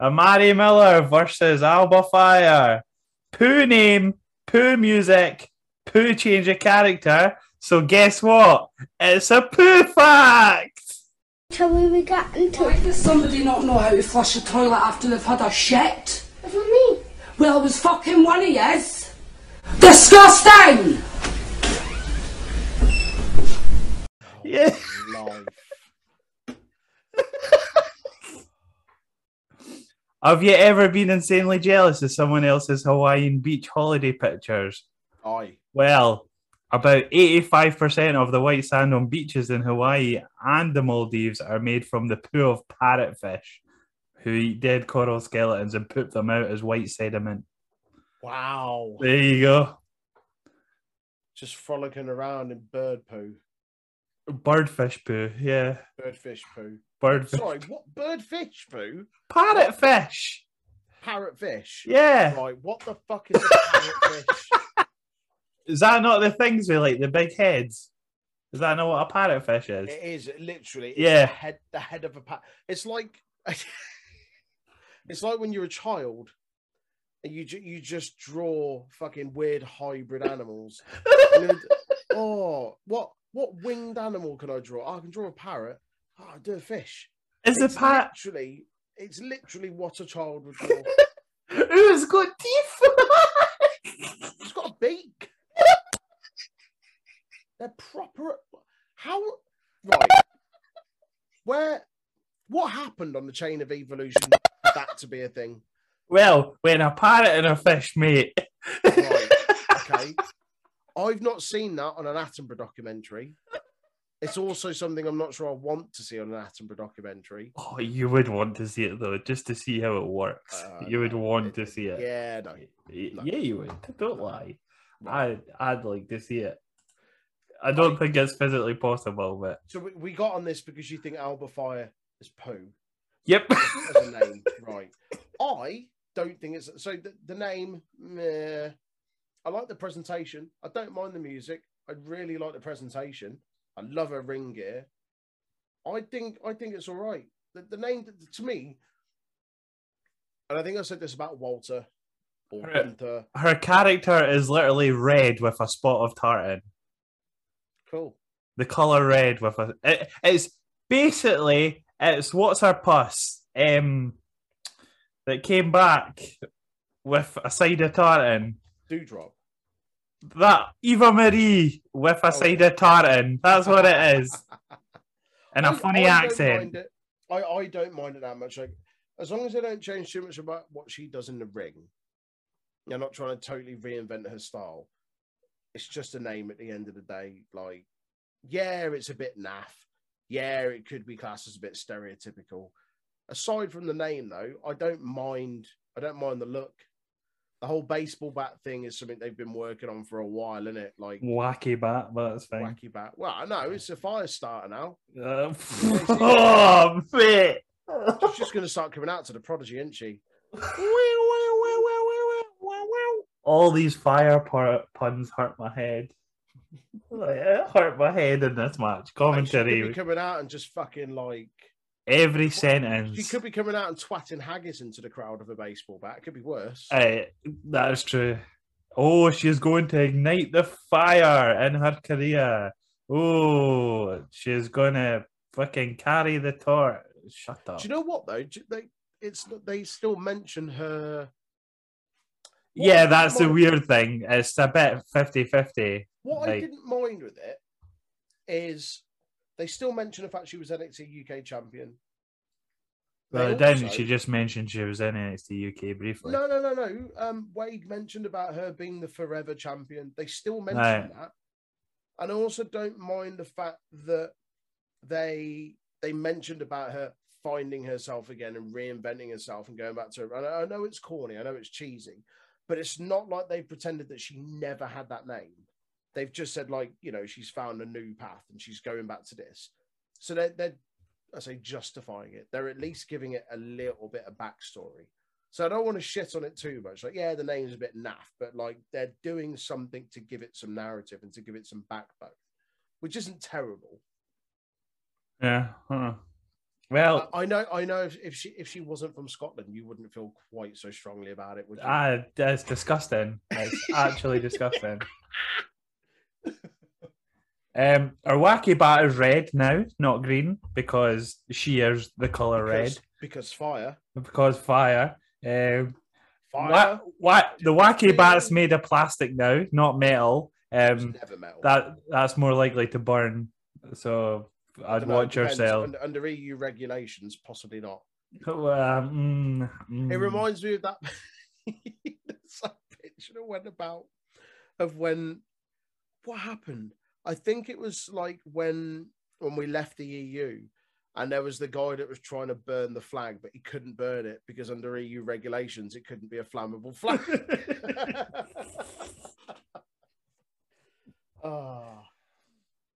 Amari Miller versus Alba Fire. Poo name, poo music, poo change of character. So guess what? It's a poo fact.
Tell me we got into
Why does somebody not know how to flush a toilet after they've had a shit?
for me.
Well, I was fucking one of yous. Disgusting!
Yeah.
Oh, Life.
Have you ever been insanely jealous of someone else's Hawaiian beach holiday pictures?
Aye.
Well, about 85% of the white sand on beaches in Hawaii and the Maldives are made from the poo of parrotfish who eat dead coral skeletons and poop them out as white sediment.
Wow.
There you go.
Just frolicking around in bird poo,
Birdfish poo, yeah.
birdfish poo.
Birdfish.
Sorry, what birdfish poo?
Parrotfish.
Parrotfish.
Yeah.
Right. What the fuck is a
[laughs]
parrotfish?
Is that not the things with like the big heads? Is that not what a parrotfish is?
It is literally. It's
Yeah.
The head, the head of a pa- It's like, [laughs] it's like when you're a child, and you ju- you just draw fucking weird hybrid animals. And then-
[laughs]
oh, what what winged animal can I draw? Oh, I can draw a parrot. Oh, I do a fish.
Is a
it's
parrot?
literally, it's literally what a child would draw.
Ooh, it's got teeth.
it's got a beak. They're proper. How right? Where? What happened on the chain of evolution for that to be a thing?
[laughs] well, when a parrot and a fish mate.
Right. Okay. I've not seen that on an Attenborough documentary. It's also something I'm not sure I want to see on an Attenborough documentary.
Oh, you would want to see it though, just to see how it works.
Uh,
you would
no,
want
it-
to see it.
Yeah, no.
Y-
no.
yeah, you would. Don't lie. I I'd like to see it. I don't think it's physically possible, but
So we, we got on this because you think Alba Fire is poo.
yep. [laughs]
as a name, [laughs] right? I don't think it's so. The, the name, meh. I like the presentation. I don't mind the music. I really like the presentation. I love a ring gear. I think I think it's all right. The, the name to me, and I think I said this about Walter or
Right.
Gunther.
Her character is literally red with a spot of tartan.
Cool.
the color red with a it, it's basically it's what's her puss um that came back with a side of tartan
Dewdrop.
that Eva Marie with a side of tartan that's what it is and a
I-
funny
I don't
accent
mind it. I, I don't mind it that much. Like, as long as they don't change too much about what she does in the ring, they're not trying to totally reinvent her style. It's just a name at the end of the day. Like, yeah, it's a bit naff. Yeah, it could be classed as a bit stereotypical. Aside from the name, though, I don't mind. I don't mind the look. The whole baseball bat thing is something they've been working on for a while, isn't it? Like
wacky bat but that's fine
wacky bat. Well, I know it's a fire starter now.
uh, [laughs] oh mate
She's just going to start coming out to the prodigy, isn't she?
all these fire par- puns hurt my head Like, it hurt my head in this match
Like, she
commentary
could be coming out and just fucking like
every
she
sentence.
could be coming out and twatting haggis into the crowd of a baseball bat. It could be worse.
Aye, Uh, that is true. Oh, she's going to ignite the fire in her career. Oh, she's going to fucking carry the torch. Shut up.
Do you know what though? Do- They it's they still mention her.
yeah, that's the
Well,
weird thing. It's a bit 50 50.
What I
Like-
didn't mind with it is they still mention the fact she was NXT UK champion.
But
They
then
also-
she just mentioned she was in NXT UK briefly.
No, no, no, no. Um, Wade mentioned about her being the forever champion. They still mention
Right.
that, and I also don't mind the fact that they they mentioned about her finding herself again and reinventing herself and going back to her. And I, I know it's corny, I know it's cheesy, but it's not like they pretended that she never had that name. They've just said like you know she's found a new path and she's going back to this. So they're, they're I say justifying it. They're at least giving it a little bit of backstory. So I don't want to shit on it too much. Like, yeah, the name's a bit naff, but like they're doing something to give it some narrative and to give it some backbone, which isn't terrible.
Yeah. huh. Well,
I, I know, I know. If, if she if she wasn't from Scotland, you wouldn't feel quite so strongly about it, would you?
ah, that's disgusting. It's
[laughs]
actually disgusting. Um, our wacky bat is red now, not green, because she is the color
because,
red
because fire.
because fire. Um,
Fire.
Wha- wha- the wacky bat's made of plastic now, not metal.
It's
Um,
never metal.
that that's more likely to burn. So I'd
Don't know, it
watch
depends.
yourself.
Under, under EU regulations, possibly not.
Um, mm,
It
mm.
reminds me of that. [laughs] There's a picture that went about of when what happened. I think it was like when when we left the EU, and there was the guy that was trying to burn the flag, but he couldn't burn it because under EU regulations, it couldn't be a flammable [laughs] flag. Ah,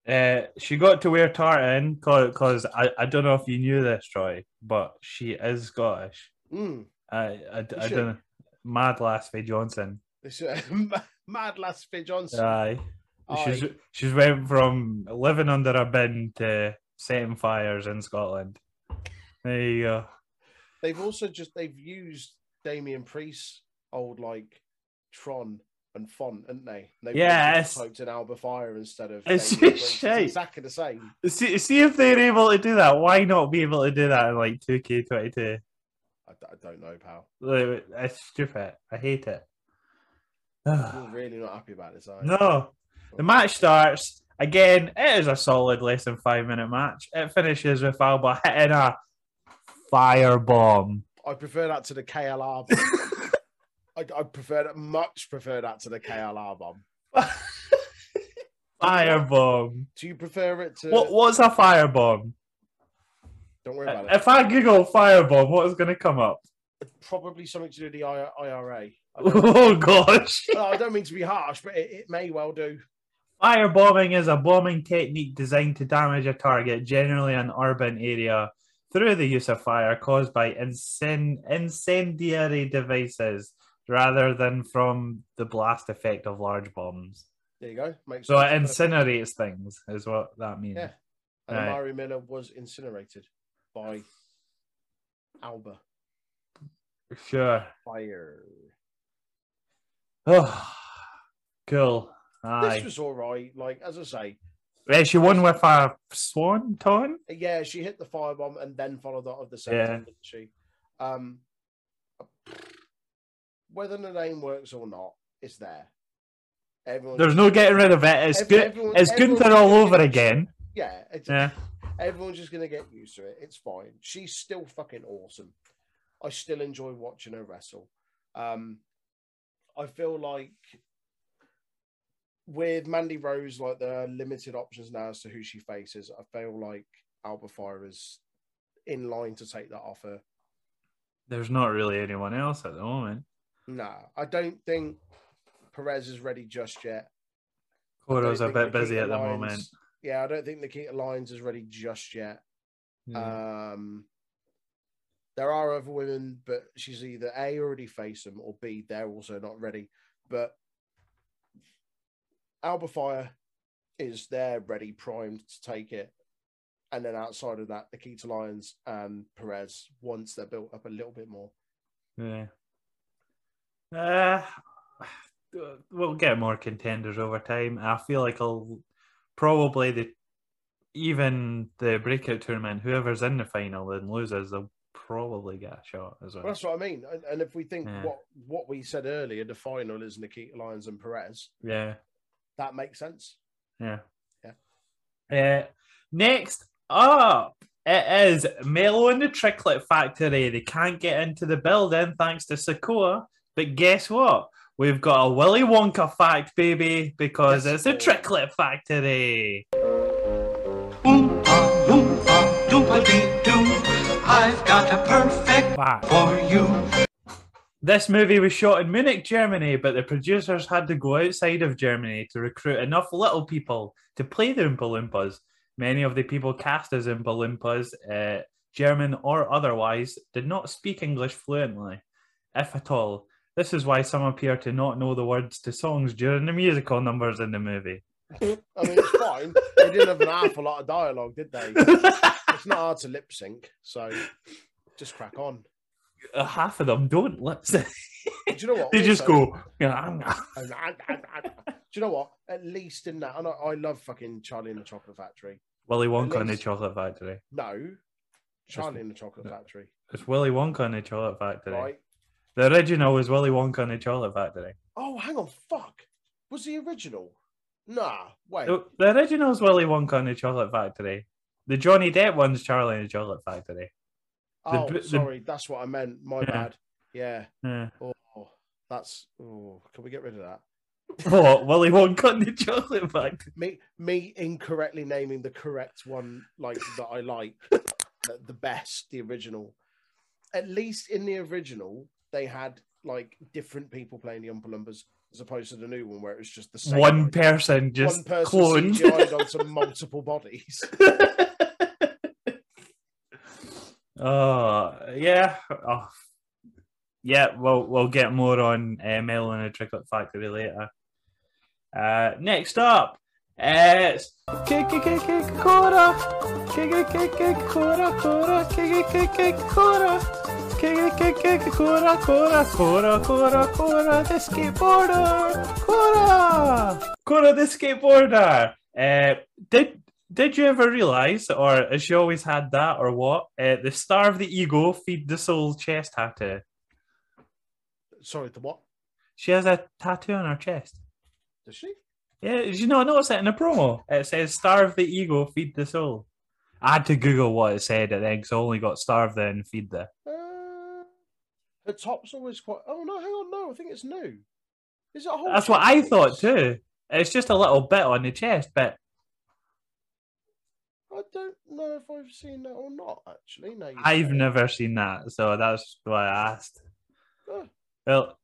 Uh, she got to wear tartan because I, I don't know if you knew this, Troy, but she is Scottish.
mm.
I I, I
should.
don't know. Mad Lassie Johnson.
This [laughs] uh, mad last Finn Johnson.
Aye. She's
Aye.
she's went from living under a bin to setting fires in Scotland. There you go.
They've also just they've used Damien Priest's old like Tron and font, haven't they? They've
Yeah,
just
it's-
typed in Alba Fire instead of
It's
Damien
just
Priest.
shite.
exactly the same.
See, see if they're able to do that. Why not be able to do that in like 2K22?
I, d- I don't know, pal.
Like, It's stupid. I hate it. [sighs]
You're really not happy about this, are you?
no. The match starts. Again, it is a solid less than five minute match. It finishes with Alba hitting a firebomb.
I prefer that to the KLR.
[laughs]
bomb. I, I prefer that much prefer that to the KLR bomb.
Firebomb.
Do you prefer it to?
What, uh, what's a firebomb?
Don't worry about it.
If I Google firebomb, what is going to come up? [laughs]
Probably something to do with the I- IRA. I don't,
Oh gosh.
No, I don't mean to be harsh, but it, it may well do.
Firebombing is a bombing technique designed to damage a target, generally an urban area, through the use of fire caused by incen- incendiary devices rather than from the blast effect of large bombs.
There you go. Makes
So it
sense.
incinerates things, is what that means.
Yeah. And
Right.
Amari Miller was incinerated by Alba
Sure.
Fire.
Oh, cool. Aye.
This was all right. Like, as I say,
Yeah, she won with a swan ton?
yeah, she hit the firebomb and then followed that of the second,
Yeah.
didn't she? Um, whether the name works or not, it's there. Everyone,
There's no getting rid of it. It's
Ev-
good.
everyone-
it's
everyone-
Gunther all over again.
yeah, it's,
Yeah.
everyone's just gonna get used to it. It's fine. She's still fucking awesome. I still enjoy watching her wrestle. Um, I feel like with Mandy Rose, like there are limited options now as to who she faces. I feel like Alba Fire is in line to take that offer.
There's not really anyone else at the moment.
No, I don't think Perez is ready just yet. I don't
Coro's a
think
bit busy
Nikita
at the
Lyons-
moment.
Yeah, I don't think Nikita Lyons is ready just yet. Um, there are other women, but she's either A, already faced them, or B, they're also not ready. But Alba Fire is there, ready, primed to take it. And then outside of that, Nikita Lyons and Perez, once they're built up a little bit more.
Yeah. Uh, we'll get more contenders over time. I feel like I'll probably the even the breakout tournament, whoever's in the final and loses, they'll probably get a shot as well.
Well, that's what I mean. And, and if we think
Yeah.
what, what we said earlier, the final is Nikita Lyons and Perez,
yeah.
that makes sense.
Yeah. Yeah. Uh, next up, it is Melo and the Tricklet Factory. They can't get into the building thanks to Sokoa. But guess what? We've got a Willy Wonka fact, baby, because
Yes,
it's the
boy.
Tricklet Factory.
Oompa, loompa, doompa dee doo. I've got a perfect
Fact.
for you.
This movie was shot in Munich, Germany, but the producers had to go outside of Germany to recruit enough little people to play the Oompa Loompas. Many of the people cast as Oompa Loompas, uh, German or otherwise, did not speak English fluently, if at all. This is why some appear to not know the words to songs during the musical numbers in the movie.
I mean, it's fine. they didn't have an awful lot of dialogue, did they? it's not hard to lip sync, so just crack on.
Uh, Half of them don't lip sync.
Do you know what?
[laughs] They just
Also-
go. "Yeah."
Do you know what? At least in that, and I, I love fucking Charlie in the Chocolate Factory.
Willy Wonka and the
least-
Chocolate Factory.
No, Charlie in the Chocolate Factory,
It's Willy Wonka and the Chocolate Factory.
right?
The original was Willy Wonka and the Chocolate Factory.
Oh, hang on, fuck. Was the original? Nah, wait.
The, the original is Willy Wonka and the Chocolate Factory. The Johnny Depp one's Charlie and the Chocolate Factory.
oh,
b- the-
sorry, that's what I meant.
[clears throat]
My
Yeah.
bad. Yeah.
Yeah.
Oh, that's. Oh, can we get rid of that?
What Willy Wonka and the Chocolate Factory?
Me, me incorrectly naming the correct one, like that I
[laughs]
like, the, the best, the original. At least in the original, they had like different people playing the Oompa Loompas as opposed to the new one where it was just the same
One
guy.
person just
one person
cloned.
CGI'd onto multiple bodies. [laughs]
oh yeah. Oh. Yeah, we'll we'll get more on uh, Mel and the Chocolate Factory later. Uh, next up, uh, it's Kikikikikora, Kikikikikora, Kora, Kikikikikora, Kikikikikora, Kora, Kora, Kora, Kora, the skateboarder, Kora, Kora, the skateboarder. Uh, did did you ever realise, or has she always had that, or what? Uh, the star of the ego feed the soul chest tattoo.
Sorry, the what?
She has a tattoo on her chest.
Does she?
Yeah, did you know, I noticed it in the promo. It says starve the ego, feed the soul. I had to Google what it said, and then 'cause I only got starve the and feed the.
Uh, her top's always quite. Oh no, hang on, no, I think it's new. Is it a whole?
That's what I
chest
thought
piece?
too. It's just a little bit on the chest, but
I don't know if I've seen that or not. Actually, no.
I've never seen that, so that's why I asked.
Oh.
Well,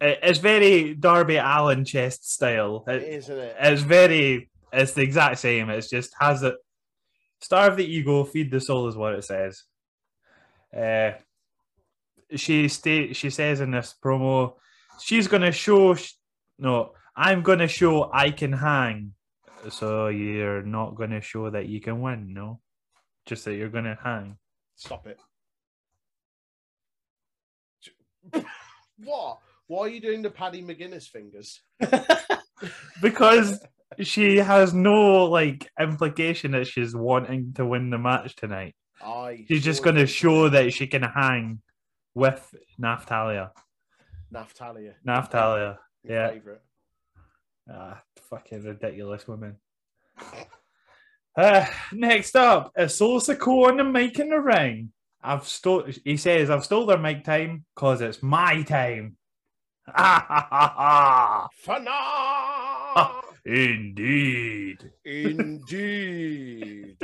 it- it's very Darby Allen chest style.
It
It-
is, isn't it?
it's very it's the exact same it's just has it starve the ego feed the soul is what it says uh she state she says in this promo she's gonna show sh- no i'm gonna show i can hang so you're not gonna show that you can win no just that you're gonna hang
Stop it. what? Why are you doing the Paddy McGuinness fingers?
because she has no like implication that she's wanting to win the match tonight
I.
She's just going to show that she can hang with Naftalia.
Naftalia.
Naftalia.
Your
Yeah.
Favorite.
Ah, fucking ridiculous woman. Uh, next up, it's Sosa Sako on the mic in the ring. I've stole. He says, "I've stole their mic time because it's my time." [laughs] Ah, ha, ha, [laughs]
Fana.
ha. Indeed. [laughs]
Indeed.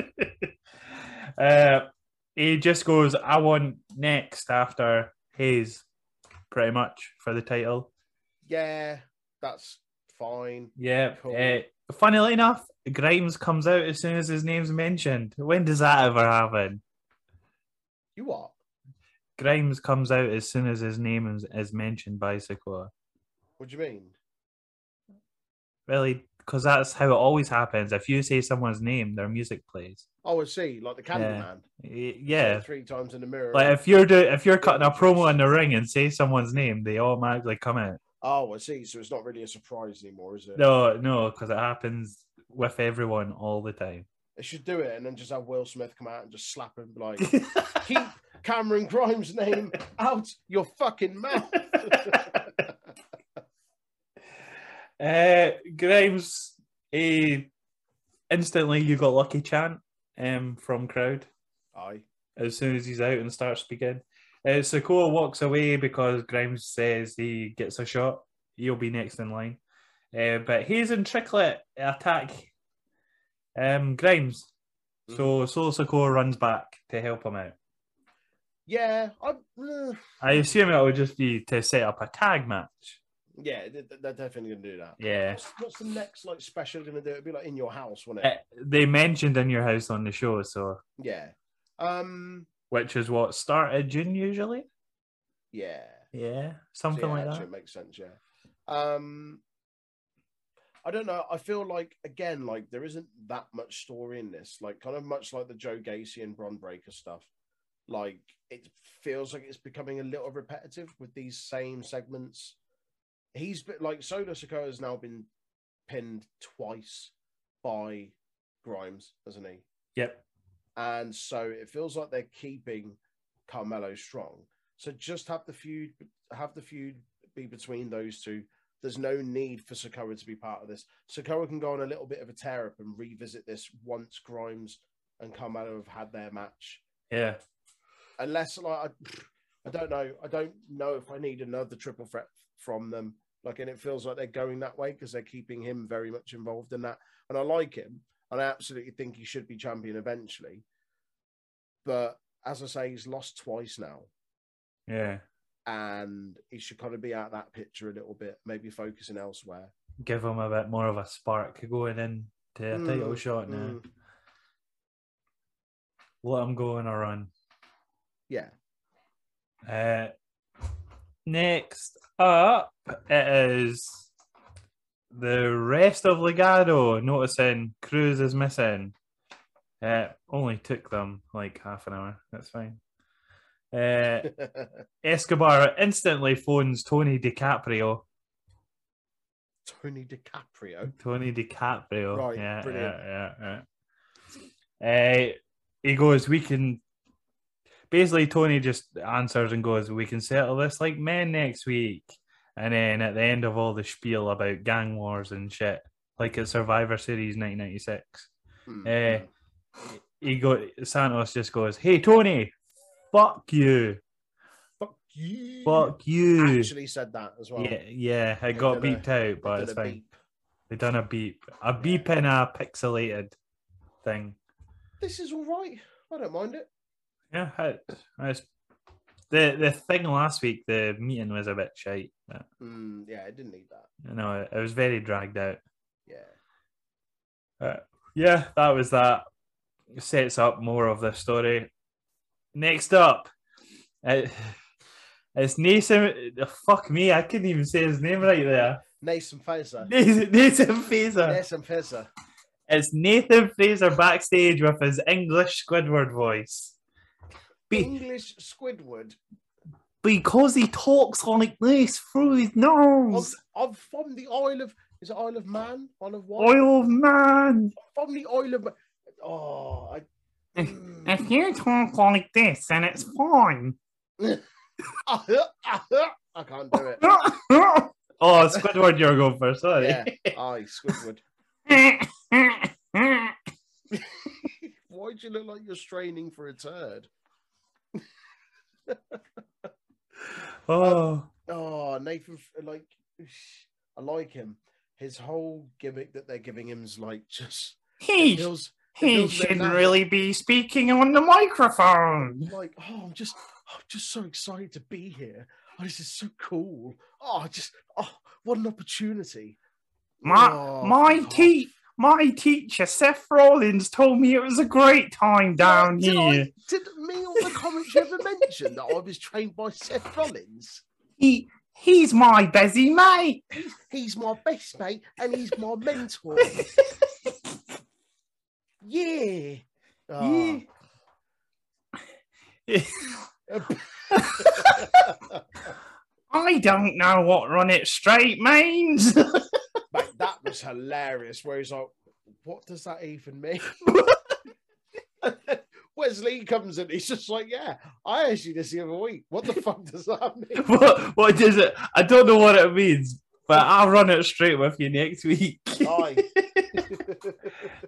uh, he just goes, I want next after Hayes, pretty much, for the title.
yeah, that's fine.
Yeah.
Cool.
Uh, funnily enough, Grimes comes out as soon as his name's mentioned. When does that ever happen?
You what?
Grimes comes out as soon as his name is, is mentioned by Sequoia.
What do you mean?
Really? Because that's how it always happens. If you say someone's name, their music plays.
Oh, I see. Like the Candyman.
Y- Yeah.
Three times in the mirror.
Like if you're do if you're cutting a promo in the ring and say someone's name, they automatically come out.
Oh, I see. So it's not really a surprise anymore, is it?
No, no, because it happens with everyone all the time.
They should do it and then just have Will Smith come out and just slap him like, keep Cameron Grimes' name out your fucking mouth.
Uh, Grimes, eh, instantly you got lucky chant um, from crowd
Aye.
as soon as he's out and starts speaking. Uh, Sokoa walks away because Grimes says he gets a shot. He'll be next in line. Uh, but Hayes and Tricklet attack um, Grimes. So Solo Sokoa runs back to help him out.
Yeah. I, uh,
I assume it would just be to set up a tag match.
yeah, they- they're definitely going to do that.
Yeah.
What's, what's the next like special going to do? It'd be like in your house, wouldn't
Uh,
it?
they mentioned in your house on the show, so
yeah. Um.
which is what started June usually.
Yeah.
Yeah,
So,
something
yeah,
like
actually,
that.
It makes sense. Yeah. Um. I don't know. I feel like again, like there isn't that much story in this. Like kind of much like the Joe Gacy and Bron Breaker stuff. Like it feels like it's becoming a little repetitive with these same segments. He's been like Soda Sokoa has now been pinned twice by Grimes, hasn't he?
Yep.
And so it feels like they're keeping Carmelo strong. So just have the feud, have the feud be between those two. There's no need for Sokoa to be part of this. Sokoa can go on a little bit of a tear up and revisit this once Grimes and Carmelo have had their match.
Yeah.
Unless like I, I don't know, I don't know if I need another triple threat from them. Like, and it feels like they're going that way because they're keeping him very much involved in that. And I like him, and I absolutely think he should be champion eventually. But as I say, he's lost twice now
Yeah.
and he should kind of be out of that picture a little bit, maybe focusing elsewhere.
Give him a bit more of a spark going in to a
Mm,
title shot now.
mm.
Let him go on a run.
Yeah. [laughs]
Uh, next up it is the rest of Legado noticing Cruz is missing. Uh, only took them like half an hour. That's fine.
[laughs]
Uh, Escobar instantly phones Tony DiCaprio.
Tony DiCaprio.
Tony DiCaprio.
Right,
Yeah,
brilliant.
yeah, yeah, yeah. Uh, he goes, "We can." Basically, Tony just answers and goes, "We can settle this like men next week." And then at the end of all the spiel about gang wars and shit, like at Survivor Series 1996,
Hmm.
uh, he go Santos just goes, "Hey Tony, fuck you,
Fuck you.
fuck you."
Actually said that as well.
yeah, yeah, it
They
got
done a-
beeped out, but
Did
it's
a
fine.
beep.
They done a beep, a beep in a pixelated thing.
This is all right. I don't mind it.
Yeah, it- it's- the the thing last week. The meeting was a bit shite. But,
Mm, yeah, I didn't need that.
you know, it, it was very dragged out.
Yeah.
Yeah, that was that. Sets up more of the story. Next up, it, it's Nathan. Fuck me, I couldn't even say his name right there.
Nathan Fraser.
Nathan, Nathan Fraser.
Nathan Fraser.
It's Nathan Fraser backstage with his English Squidward voice. [laughs] Be-
English Squidward.
because he talks like this through his
I'm,
nose.
I'm from the Isle of. Is it Isle of Man? Isle of Wight?
Oil man.
From the Isle of. Ma- Oh, I. Mm.
If you talk like this, then it's fine.
[laughs]
[laughs]
I can't do it.
oh, Squidward, you're going first. [laughs] Sorry.
Yeah, aye, Squidward. [laughs]
[laughs]
Why do you look like you're straining for a turd?
Oh,
Oh, Nathan, F- like, I like him. His whole gimmick that they're giving him is like just it
he
feels
he
feels
shouldn't
banana.
really be speaking on the microphone.
like oh, I'm just I'm just so excited to be here. Oh, this is so cool. Oh, I just oh, what an opportunity.
My
Oh,
my
fuck
te- my teacher Seth Rollins told me it was a great time down
Did,
here.
I, did me or the commentary ever mention that I was trained by Seth Rollins?
He he's my busy mate.
He's my best mate and he's my
[laughs]
mentor. yeah.
Yeah.
Oh.
I don't know what run it straight means. [laughs]
Mate, that was hilarious. Where he's like, what does that even [laughs] mean? Wesley comes in, he's just like, yeah, I asked you this the other week. What the fuck does that mean?
what what is it? I don't know what it means, but I'll run it straight with you next week.
Aye.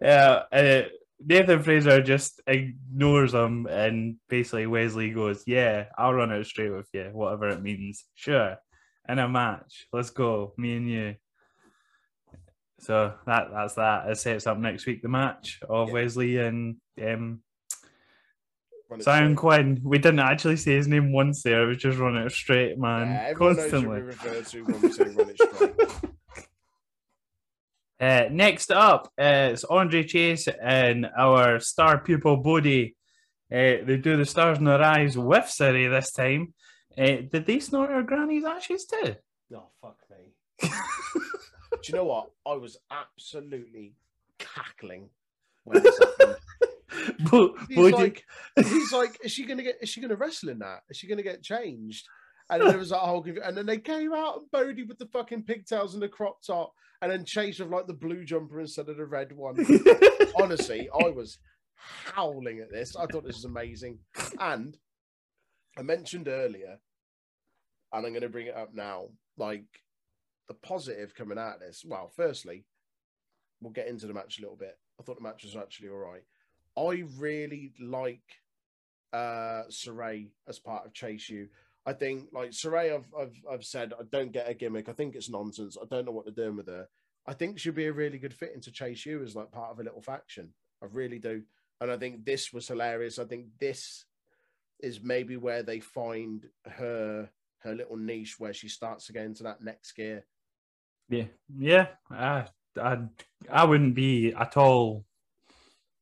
Yeah, uh, Nathan Fraser just ignores him, and basically Wesley goes, "Yeah, I'll run it straight with you, whatever it means. Sure, in a match, let's go, me and you." So that that's that. It sets up next week the match of
Yeah.
Wesley and um,
[laughs] Run it
Simon
straight.
Quinn. We didn't actually say his name once there. We just run it straight, man,
Yeah, everyone knows who we
constantly.
refer to when we say run it straight.
Uh, next up is Andre Chase and our star pupil Bodhi. Uh, they do the stars in their eyes with Surrey this time. Uh, did they snort our granny's ashes too?
[laughs]
[laughs]
Oh, fuck me. Do you know what? I was absolutely cackling when this happened.
Bo-
He's
Bodhi,
like, he's like, is she gonna get? Is she gonna wrestle in that? Is she gonna get changed? And then it was that whole, confu- and then they came out and Bodie with the fucking pigtails and the crop top, and then Chase with like the blue jumper instead of the red
[laughs]
one. Honestly, I was howling at this. I thought this was amazing, and I mentioned earlier, and I'm going to bring it up now. Like the positive coming out of this. Well, firstly, we'll get into the match a little bit. I thought the match was actually all right. I really like uh Saray as part of Chase You. I think like Saray, I've, I've I've said I don't get a gimmick. I think it's nonsense. I don't know what they're doing with her. I think she'd be a really good fit into Chase You as like part of a little faction. I really do. And I think this was hilarious. I think this is maybe where they find her her little niche where she starts to get into that next gear.
[laughs] Yeah, yeah. I, I, I wouldn't be at all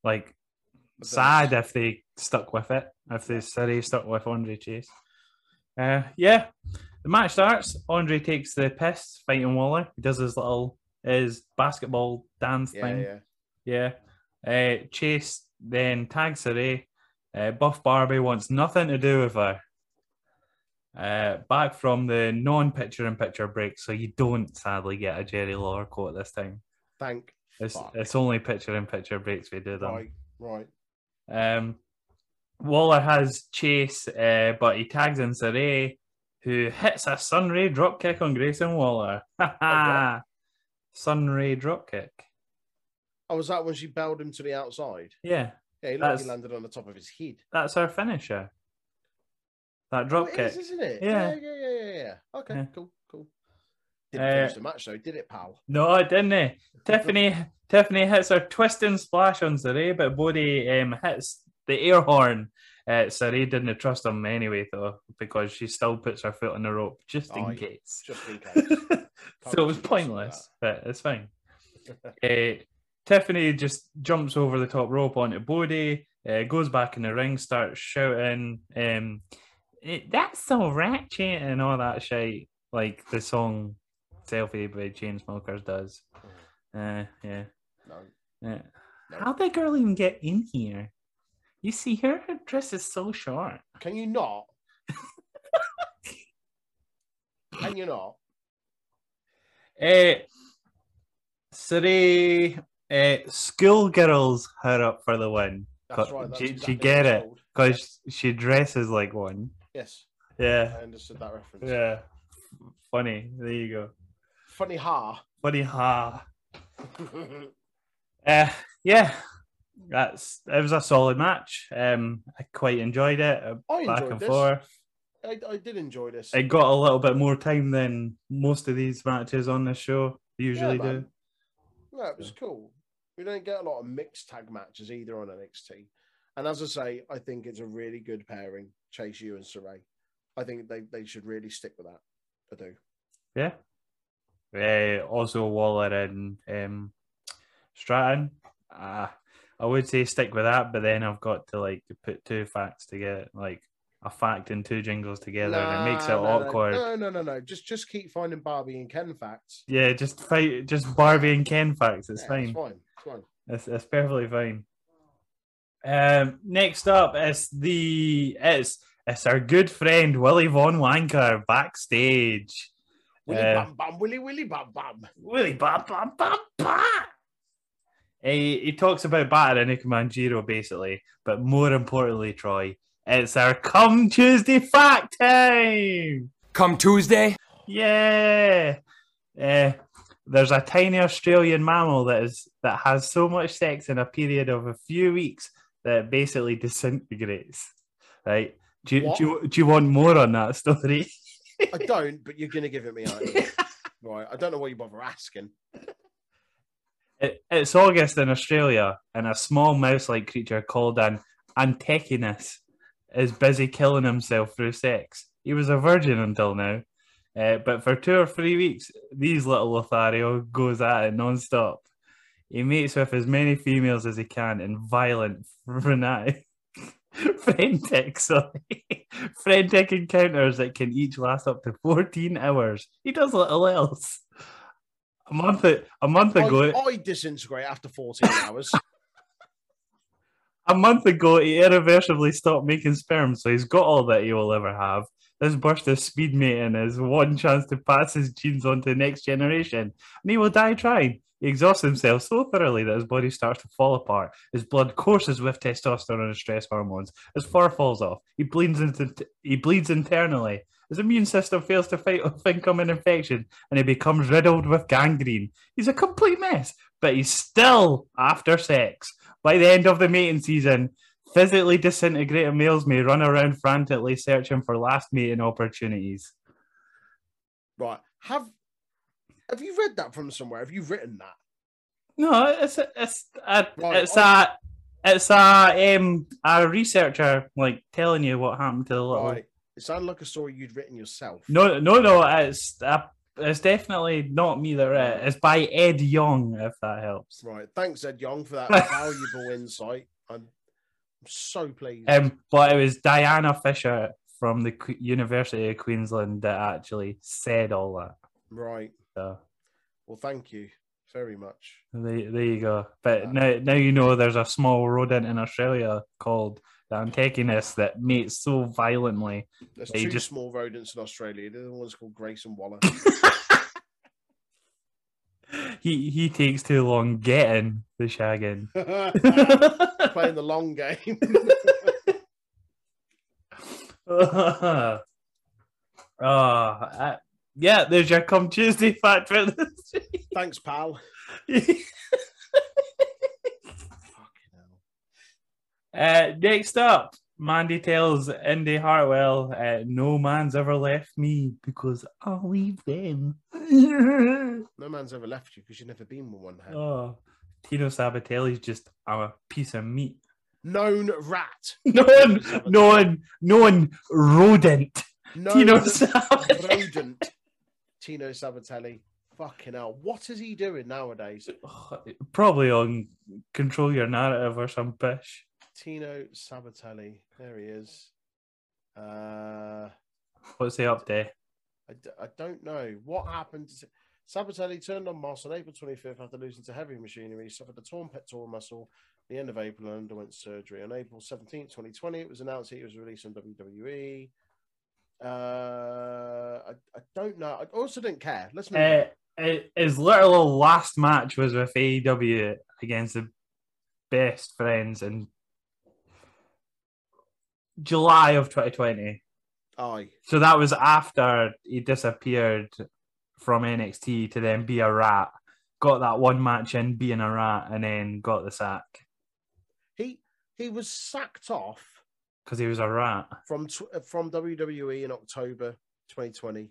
like sad if they stuck with it. If they Surrey stuck with Andre Chase. Uh, yeah, the match starts. Andre takes the piss, fighting Waller. He does his little his basketball dance
Yeah,
thing.
yeah.
Yeah. Uh, Chase then tags Saray. Uh, Buff Barbie wants nothing to do with her. Uh, back from the non picture in picture break, so you don't sadly get a Jerry Lawler quote this time.
Thank
It's,
fuck. Oh,
it's only picture in picture breaks we do them.
right, right.
Um, Waller has Chase, uh, but he tags in Saray, who hits a Sunray dropkick on Grayson Waller. [laughs] Ha ha! Sunray dropkick.
Oh, was that when she bailed him to the outside?
Yeah.
Yeah, he, looked-
That's-
he landed on the top of his head.
That's our finisher. That
Oh,
drop
it
kick.
is, isn't it?
Yeah.
yeah, yeah, yeah, yeah. yeah. Okay,
Yeah.
cool, cool. Didn't finish
Uh,
the match though, did it, pal?
No, it didn't it? Tiffany Tiffany hits her twist and splash on Saray, but Bodhi um, hits the air horn. Uh, Saray didn't trust him anyway, though, because she still puts her foot on the rope just in
Aye.
case.
Just
[laughs]
in case.
so it was
Can't
pointless, but it's fine. uh, Tiffany just jumps over the top rope onto Bodhi, uh, goes back in the ring, starts shouting, um, "Eh, That's so ratchet and all that shit, like the song Selfie by Chainsmokers does. Uh, yeah.
No.
yeah.
No.
How'd that girl even get in here? You see, her, her dress is so short.
Can you
[laughs]
not? Can you not?
Uh, Surrey uh, schoolgirls her up for the win.
That's
Co-
right. That's
she- she
exactly what
get
it's
it.
called.
because she dresses like one.
Yes, I
Yeah,
understood that reference.
yeah. Funny. There you go.
Funny ha. [laughs]
Funny ha. Uh, yeah, that's it was a solid match. Um, I quite enjoyed it. uh,
I
back
enjoyed
and
this.
forth.
I, I did enjoy this.
It got a little bit more time than most of these matches on this show usually
man.
do.
No, it was cool. We don't get a lot of mixed tag matches either on NXT. And as I say, I think it's a really good pairing, Chase You and Saray. I think they, they should really stick with that. I do.
Yeah. Uh, also Waller and um, Stratton. Uh, I would say stick with that, but then I've got to like put two facts together, like a fact and two jingles together, and it makes it
Nah, no, no,
awkward.
No, no, no, no. Just just keep finding Barbie and Ken facts.
Yeah, just fight, just Barbie and Ken facts. It's
Yeah,
fine.
It's fine. It's fine.
It's, it's perfectly fine. Um, next up is the it's it's our good friend Willie Von Wanker backstage.
Willy
Uh,
bam bam, willy willy bam bam.
Willie Bam Bam Bam Bam. He, he talks about Batter and Ikumanjiro basically, but more importantly, Troy, it's our Come Tuesday fact time.
Come Tuesday.
Yeah. Uh, there's a tiny Australian mammal that is that has so much sex in a period of a few weeks that it basically disintegrates. Right? Do you, do you, do you want more on that story?
I don't, but you're gonna give it me, aren't [laughs] you? right. I don't know why you bother asking.
It, it's August in Australia, and a small mouse like creature called an Antechinus is busy killing himself through sex. He was a virgin until now, uh, but for two or three weeks, these little Lothario goes at it non stop. He mates with as many females as he can in violent, [laughs] frenetic, frantic, sorry, [laughs] frantic encounters that can each last up to 14 hours. He does little else. A month, a month ago,
I, I disintegrate after 14 [laughs] hours.
a month ago, he irreversibly stopped making sperm, so he's got all that he will ever have. This burst of speed mating is one chance to pass his genes on to the next generation, and he will die trying. He exhausts himself so thoroughly that his body starts to fall apart. His blood courses with testosterone and stress hormones. His fur falls off. He bleeds into he bleeds internally. His immune system fails to fight off incoming infection, and he becomes riddled with gangrene. He's a complete mess, but he's still after sex. By the end of the mating season, Physically disintegrated males may run around frantically searching for last mating opportunities.
Right. Have have you read that from somewhere? Have you written that?
No, it's a, it's a,
Right,
it's a it's a um a researcher like telling you what happened to the little.
Right. It sounded like a story you'd written yourself.
No, no, no. It's uh it's definitely not me that read it. It's by Ed Young, if that helps.
Right. Thanks, Ed Young,
[laughs]
for that valuable insight. I'm, I'm so pleased.
Um, but it was Diana Fisher from the Q- University of Queensland that actually said all that.
right.
So.
Well, thank you very much.
There, there you go. But now, now you know there's a small rodent in Australia called the Antechinus that mates so violently.
There's
They
two
just-
small rodents in Australia. The other one's called Grayson
[laughs]
Waller. [laughs]
He he takes too long getting the shagging. [laughs]
Playing the long game.
oh, Ah, I- yeah, there's your come Tuesday fact for [laughs] this. week.
Thanks, pal.
[laughs] uh, next up, Mandy tells Indy Hartwell, uh, "No man's ever left me because I'll leave [laughs] them."
No man's ever left you because you've never been with one. Hand.
Oh, Tino Sabatelli's just a piece of [laughs] meat.
Known rat.
[laughs] Non, non, non rodent.
Known
Tino Sabatelli.
rodent. Tino Sabatelli. Fucking hell. What is he doing nowadays?
[laughs] Probably on control your narrative or some bish.
Tino Sabatelli. There he is. Uh,
What's he up there?
I, d- I don't know what happened. to- Sabatelli turned on Moss on April 25th after losing to heavy machinery. He suffered a torn pectoral muscle at the end of April and underwent surgery. On April 17th, 2020, it was announced that he was released from WWE. Uh, I, I don't know. I also didn't care. Let's move
Uh,
on.
hi- his literal last match was with AEW against the best friends in July of 2020.
Aye.
So that was after he disappeared from NXT to then be a rat. Got that one match in being a rat and then got the sack
He he was sacked off
because he was a rat.
from tw- from WWE in October 2020,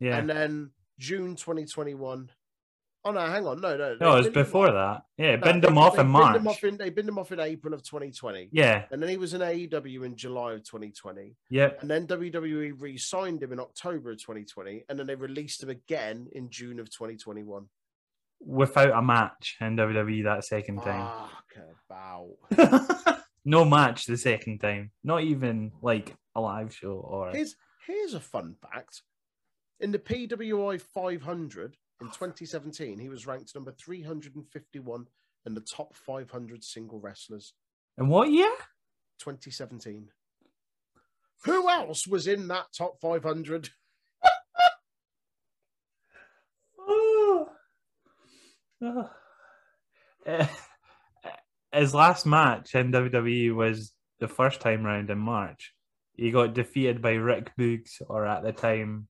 Yeah.
and then June 2021. Oh no, hang on, no, no,
no,
they
it was
binned him
before
off.
that. Yeah,
No,
binned
they-
him off
they
in
binned
March.
him off in- they binned him off in April of 2020.
Yeah,
And then he was in AEW in July of 2020.
yep.
And then WWE re signed him in October of 2020. And then they released him again in June of 2021.
Without a match in WWE that second
Ah.
time.
Fuck about.
no match the second time. Not even like a live show or.
Here's, here's a fun fact in the PWI 500 in 2017, he was ranked number 351 in the top 500 single wrestlers.
And what year?
2017. Who else was in that top 500?
Oh. Oh. Eh, His last match in WWE was the first time round in March. He got defeated by Rick Boogs, or at the time,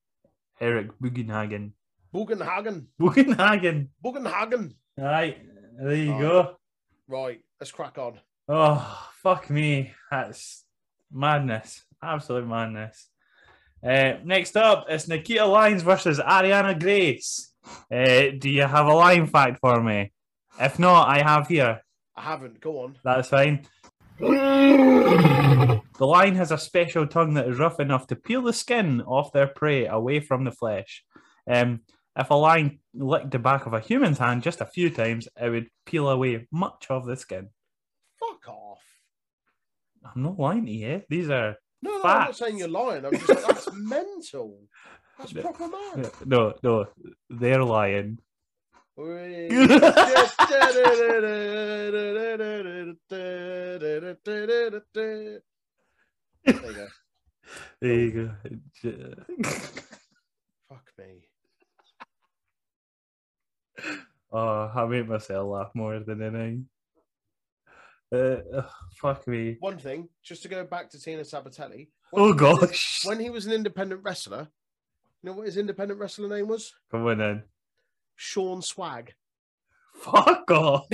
Eric Bugenhagen.
Bugenhagen.
Bugenhagen!
Bugenhagen.
Right, there you
Aye.
go.
Right, let's crack on.
Oh, fuck me. That's madness. Absolute madness. Uh, next up, it's Nikita Lyons versus Ariana Grace. Uh, do you have a line fact for me? If not, I have here.
I haven't. Go on.
That's fine. The lion has a special tongue that is rough enough to peel the skin off their prey away from the flesh. Um, if a lion licked the back of a human's hand just a few times, it would peel away much of the skin.
Fuck off.
I'm not lying to you. These are
No, no, I'm not
Facts.
saying you're lying. I'm just like, that's [laughs] mental. That's
No.
proper mad.
[laughs] no, no. They're lying.
Wee. there you go.
There you go.
Fuck me.
[laughs] Oh, I make myself laugh more than anything. Uh, ugh, fuck me.
One thing, just to go back to Tina Sabatelli. when
Oh
he was-
gosh.
When he was an independent wrestler, you know what his independent wrestler name was?
Come on in.
Sean
[laughs]
Swag.
Fuck [laughs] off.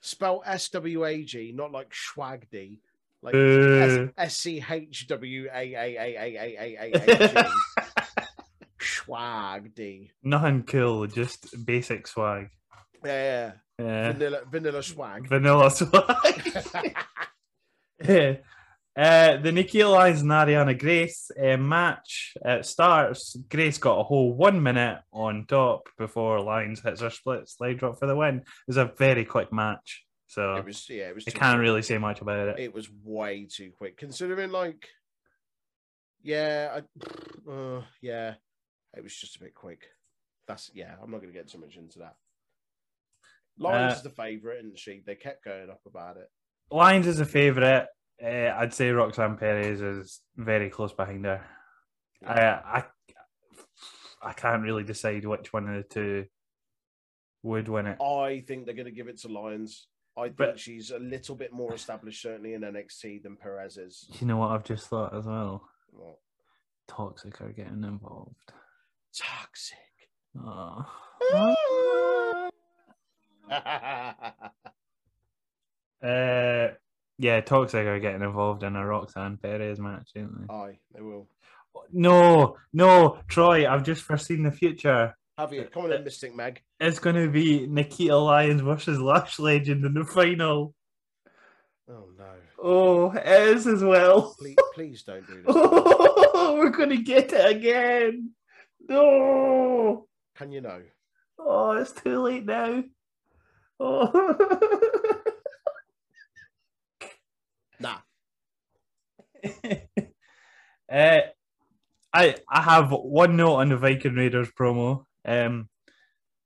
Spell S W A G, not like Schwagdy. Like
Uh,
S C H W A A A A A A
[laughs]
A A G. Schwagdy.
nothing cool, just basic swag.
Yeah, yeah.
Yeah.
Vanilla, vanilla swag.
Vanilla swag. [laughs] uh, the Nikki Lyons and Ariana Grace uh, match it starts. Grace got a whole one minute on top before Lyons hits her split slide drop for the win. It was a very quick match, so
[laughs] it was yeah, it was
I
too
can't
quick.
really say much about it.
it was way too quick considering like yeah I, uh, yeah it was just a bit quick that's yeah i'm not going to get too much into that Lyons
Uh,
is the favorite isn't she they kept going up about it
Lyons is a favourite. Uh, I'd say Roxanne Perez is very close behind her. I, I I can't really decide which one of the two would win it.
i think they're going to give it to Lyons. i think
But-
she's a little bit more established certainly in nxt than perez is
You know what I've just thought as well?
Well,
Toxic are getting involved.
toxic [laughs]
Oh. Uh, yeah, Toxic are getting involved in a Roxanne Perez match, ain't they?
aye they will
No, no, Troy, I've just foreseen the future.
have you come on in mystic meg
It's going to be Nikita Lyons versus Lash Legend in the final.
oh no
Oh, it is as well. [laughs]
please, please don't do this
Oh, we're going to get it again. No.
can you know
Oh, it's too late now. Oh. [laughs]
nah
uh, I I have one note on the Viking Raiders promo. Um,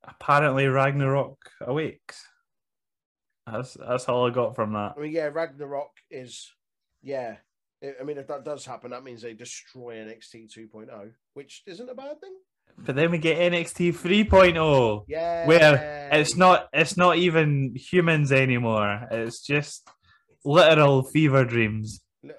apparently Ragnarok awakes. That's that's all I got from that.
I mean, yeah, Ragnarok is, yeah. I- I mean, if that does happen, that means they destroy NXT 2.0, oh, which isn't a bad thing.
But then we get NXT 3.0.
Yeah.
Where oh. It's not it's not even humans anymore. It's just literal fever dreams.
Li-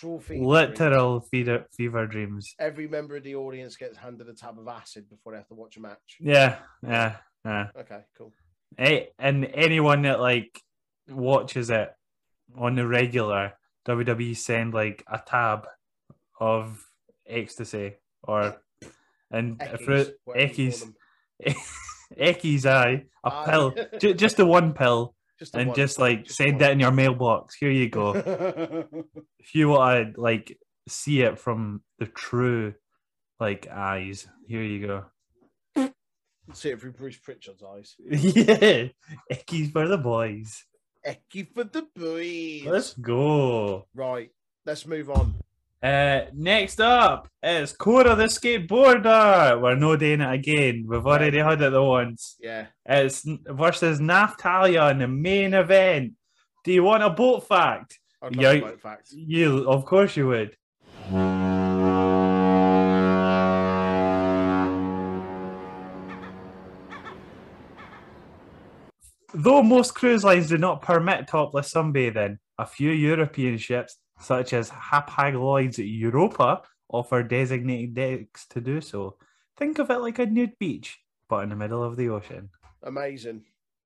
literal fever.
Literal fever fever dreams.
Every member of the audience gets handed a tab of acid before they have to watch a match.
Yeah, yeah, yeah.
Okay, cool.
A- and anyone that like watches it on the regular WWE send like a tab of ecstasy or and through
Eckies, whatever you call
Eckies
them.
[laughs] Eckies eye a
Aye. [laughs]
pill Ju- just the one pill
Just the
and
one.
just like
Just the
send
one.
it in your mailbox here
[laughs]
you go if you want to like see it from the true like eyes here you go
See it through Bruce Pritchard's eyes.
yeah Eckies for the boys
Ecky for the boys.
let's go
Right, let's move on.
Uh, next up is Cora the Skateboarder. We're no doing it again. We've already had it the once.
Yeah.
It's n- versus Naftalia in the main event. Do you want a boat fact?
I'd love
Yeah.
to know the facts.
You, of course, you would. Though most cruise lines do not permit topless sunbathing, a few European ships, such as Hapag Lloyd's Europa, offer designated decks to do so. Think of it like a nude beach, but in the middle of the ocean.
Amazing.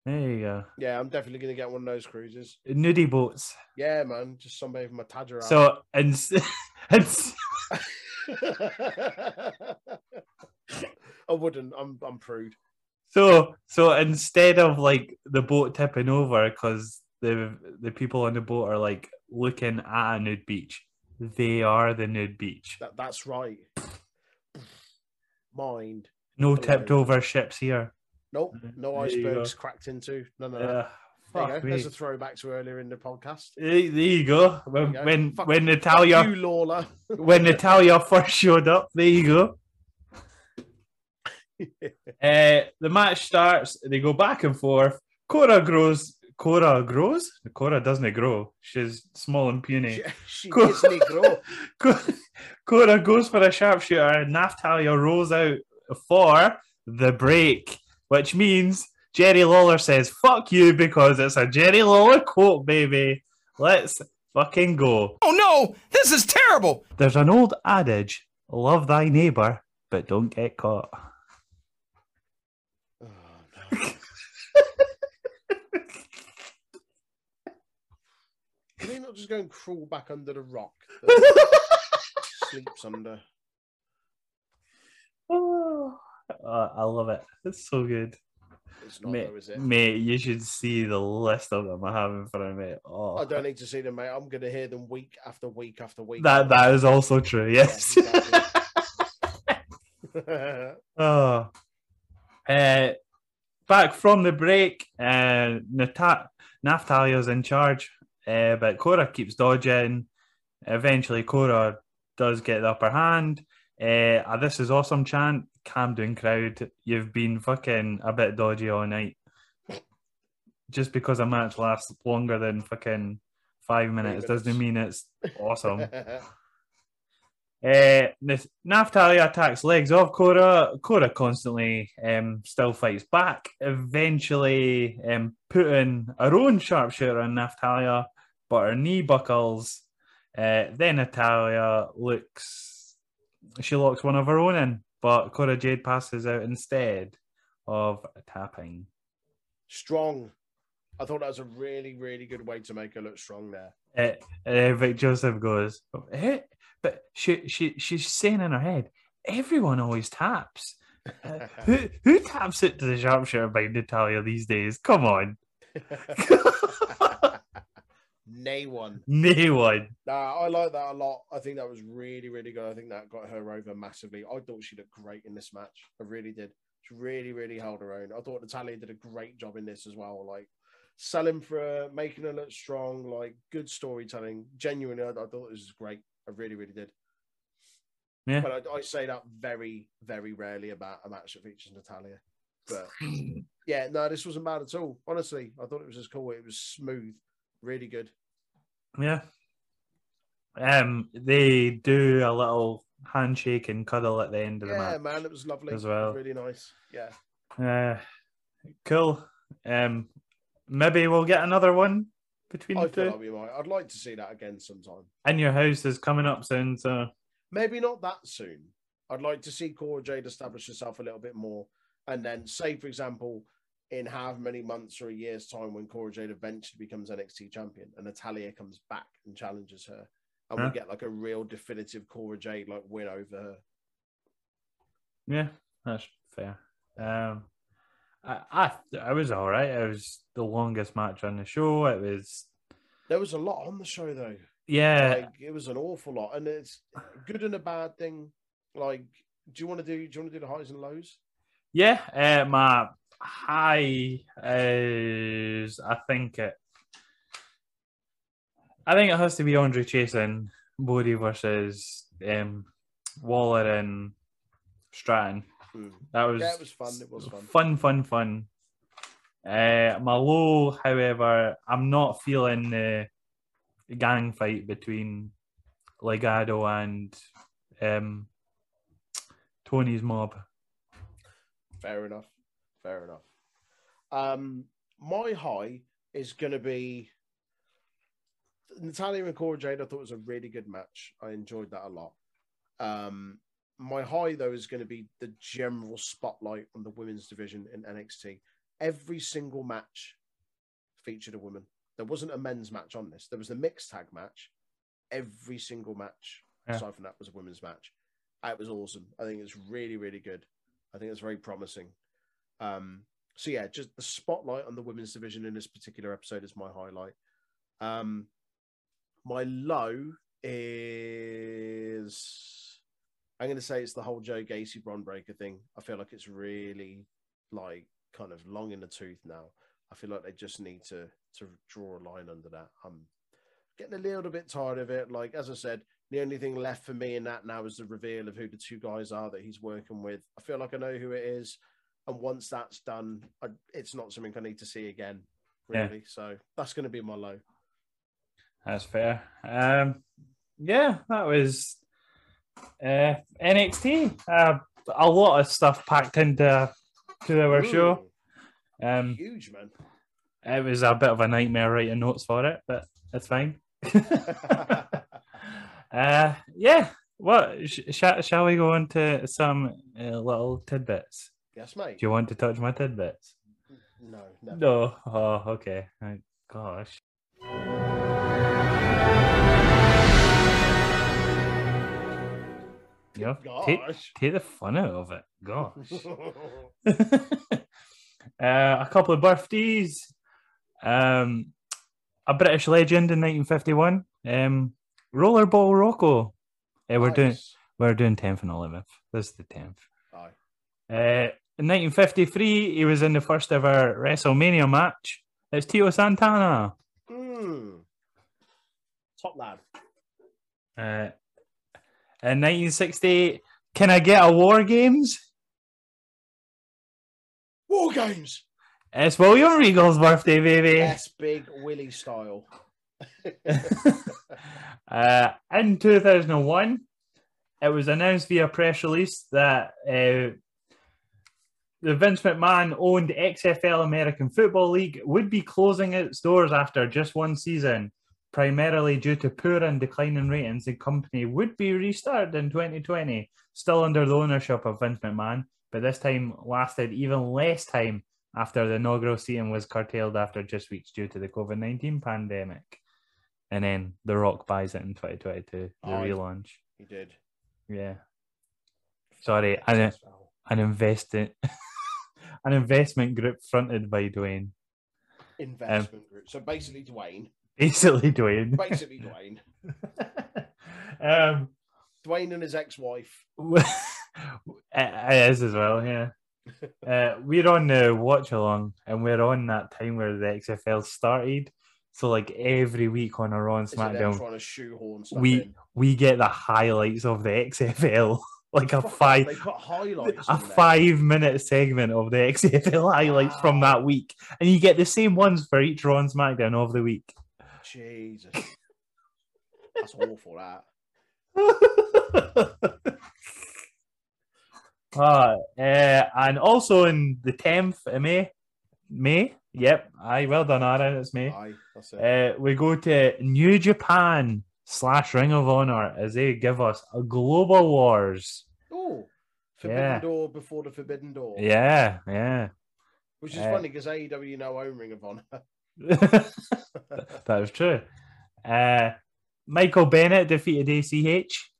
There you go.
Yeah, I'm definitely going to get one of those cruises.
Nudie boats.
Yeah, man, just somebody from my Tadger. out.
So, and, [laughs] and
[laughs] I wouldn't. I'm I'm prude.
So so instead of like the boat tipping over because the the people on the boat are like looking at a nude beach, they are the nude beach.
That that's right. Mind.
No tipped over ships here.
Nope. No
Mm-hmm. There you go.
icebergs cracked into. None of that.
Uh,
there you go.
fuck me.
There's a throwback to earlier in the podcast.
Eh, There you go.
There
When
you go.
when
Fuck-
when
Fuck
Natalia
you,
[laughs]
Lawler.
when Natalia first showed up, there
[laughs]
you go. Uh, the match starts. They go back and forth. Cora grows. Cora grows. Cora doesn't grow. She's small and puny.
She,
[laughs]
she
Cool.
gives me grow.
Cora goes for a sharpshooter, and Naftalia rolls out for the break, which means Jerry Lawler says, fuck you, because it's a Jerry Lawler quote, baby. Let's fucking go.
Oh no, this is terrible.
There's an old adage love thy neighbour, but don't get caught. [laughs]
Oh, no.
[laughs]
Can they not just go and crawl back under the rock
[laughs]
that sleeps under?
Oh, I love it. It's so good.
It's not,
Mate,
though, is it?
mate, you should see the list of them I have in front of me. Oh,
I don't need to see them, mate. I'm going to hear them week after week after week. Oh,
that that is also true. [laughs] Yes.
Yeah,
[laughs]
[laughs] exactly.
Oh. Uh, back from the break, uh, Nata- Naftalia's in charge, uh, but Cora keeps dodging. Eventually, Cora does get the upper hand. Uh, a this is awesome chant. Camden crowd, you've been fucking a bit dodgy all night. Just because a match lasts longer than fucking five minutes doesn't
minutes.
mean it's
[laughs]
awesome. Uh, Nath- Naftalia attacks legs off Cora. Cora constantly um, still fights back, eventually um, putting her own sharpshooter on Naftalia, but her knee buckles. Uh, then Natalia looks, she locks one of her own in, but Cora Jade passes out instead of tapping.
strong. I thought that was a really, really good way to make her look strong there.
Uh, uh, Vic Joseph goes, eh? but she, she she's saying in her head, everyone always taps. Uh, [laughs] who who taps it to the sharpshooter by Natalia these days? Come on,
Nay one.
no one.
Nah, I like that a lot. I think that was really, really good. I think that got her over massively. I thought she looked great in this match. I really did. She really, really held her own. I thought Natalia did a great job in this as well. Like selling for her, making her look strong, like good storytelling. Genuinely, I, I thought this was great. I really, really did.
Yeah.
But I, I say that very, very rarely about a match that features Natalia. But yeah, no, this wasn't bad at all. Honestly, I thought it was as cool. It was smooth, really good.
Yeah. Um, they do a little handshake and cuddle at the end of the
Yeah,
match.
man, it was lovely.
as well.
Really nice. Yeah.
Uh, cool. Um, maybe we'll get another one between
I
the
feel
two.
like we might. I'd like to see that again sometime.
And your house is coming up soon, so
Maybe not that soon. I'd like to see Cora Jade establish herself a little bit more. And then, say, for example, in how many months or a year's time when Cora Jade eventually becomes NXT champion and Natalia comes back and challenges her. And
Huh?
we get like a real definitive Cora Jade like win over her.
Yeah, that's fair. Um, I, I I was all right. It was the longest match on the show. It was
There was a lot on the show though.
yeah,
like it was an awful lot. And it's good and a bad thing. Like, do you want to do do you want to do the highs and lows?
yeah. Uh, my high is I think it. I think it has to be Andre chasing Bodie versus um, Waller and Stratton.
Hmm.
That was
Yeah, it was fun, it was fun.
Fun, fun, fun. Uh, my low, however, I'm not feeling the gang fight between Legado and um, Tony's mob.
Fair enough. Fair enough. Um, my high is going to be Natalia and Cora Jade. I thought was a really good match. I enjoyed that a lot. Um, my high though is going to be the general spotlight on the women's division in NXT. Every single match featured a woman. There wasn't a men's match on this. There was the mixed tag match. Every single match
Yeah.
aside from that was a women's match. It was awesome. I think it's really, really good. I think it's very promising. Um, so yeah, just the spotlight on the women's division in this particular episode is my highlight. Um, my low is I'm going to say it's the whole Joe Gacy Bron Breaker thing. I feel like it's really like kind of long in the tooth now. I feel like they just need to to draw a line under that. I'm getting a little bit tired of it. Like as I said, the only thing left for me in that now is the reveal of who the two guys are that he's working with. I feel like I know who it is, and once that's done, I, it's not something I need to see again.
Yeah.
really. So that's going to be my low.
That's fair. Um, yeah, that was uh, NXT. Uh, a lot of stuff packed into to our show. Um,
Huge man.
it was a bit of a nightmare writing notes for it, but it's fine. uh, yeah. What sh- sha- shall we go on to some uh, little tidbits?
Yes, mate.
Do you want to touch my tidbits?
No, no. [laughs]
No. Oh, okay. Right. Gosh. Yeah. Take,
Gosh.
take the fun out of it.
[laughs]
Gosh. [laughs] uh, a couple of birthdays. Um, a British legend in 1951. Um, Rollerball Rocco. Yeah, we're doing
Nice.
we're doing 10th and 11th. This is the 10th.
Aye.
Uh, in 1953, he was in the first ever WrestleMania match. It's Tito Santana.
Mm. Top lad.
Uh, in 1968, can I get a War Games?
War games.
It's William Regal's birthday, baby.
Yes, big Willie
[laughs]
style.
uh, in 2001, it was announced via press release that uh, the Vince McMahon owned XFL American Football League would be closing its doors after just one season, primarily due to poor and declining ratings. The company would be restarted in 2020, still under the ownership of Vince McMahon, but this time lasted even less time after the inaugural season was curtailed after just weeks due to the COVID 19 pandemic. And then The Rock buys it in 2022, the
Aye.
relaunch.
He did.
Yeah. Sorry, I didn't an investment [laughs] an investment group fronted by Dwayne. Um,
Investment group. So basically, Dwayne.
Basically Dwayne.
Basically, Dwayne.
[laughs] um
Dwayne and his ex-wife.
[laughs] it it is as
[laughs]
well, yeah. Uh, we're on the watch along and we're on that time where the XFL started. So like every week on a Raw and
Is it them
SmackDown,
trying to shoehorn stuff
we
in?
we get the highlights of the XFL. [laughs] Like a five
They put highlights.
a
in there.
five minute segment of the XFL highlights from that week, and you get the same ones for each Raw and SmackDown of the week.
Jesus. That's awful. That.
[laughs] Ah, uh, and also in the tenth of May, May. Yep, aye, well done, Aaron. It's May.
Aye. That's it.
Uh, we go to New Japan slash Ring of Honor as they give us a Global Wars.
oh, Forbidden
yeah.
Door before the Forbidden Door.
Yeah, yeah. [laughs]
Which is
Uh,
funny E because AEW now own Ring of Honor. [laughs]
that was true. Uh, Michael Bennett defeated ACH.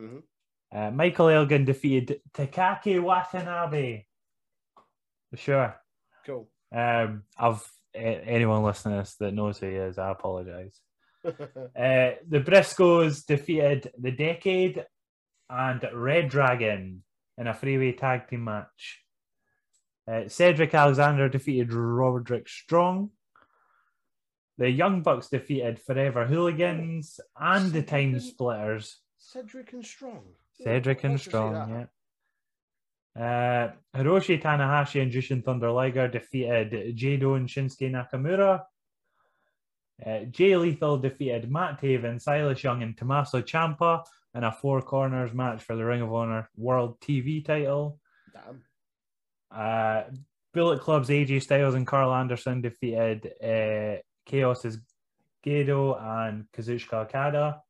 Mhm.
Uh, Michael Elgin defeated Takaki Watanabe. Sure.
cool. [laughs]
Um, I've a- anyone listening to this that knows who he is, I apologize. Uh, the Briscoes defeated the Decade and Red Dragon in a three-way tag team match. Uh, Cedric Alexander defeated Roderick Strong. The Young Bucks defeated Forever Hooligans and the Time Splitters.
Cedric and Strong. Ooh,
Cedric
I'd
and
like to see that.
Strong, yeah. Uh, Hiroshi Tanahashi and Jushin Thunder Liger defeated Jado and Shinsuke Nakamura. Uh, Jay Lethal defeated Matt Taven, Silas Young, and Tommaso Ciampa in a four corners match for the Ring of Honor World TV title.
Damn.
Uh, Bullet Club's AJ Styles and Carl Anderson defeated uh, Chaos's Gedo and Kazuchika Okada.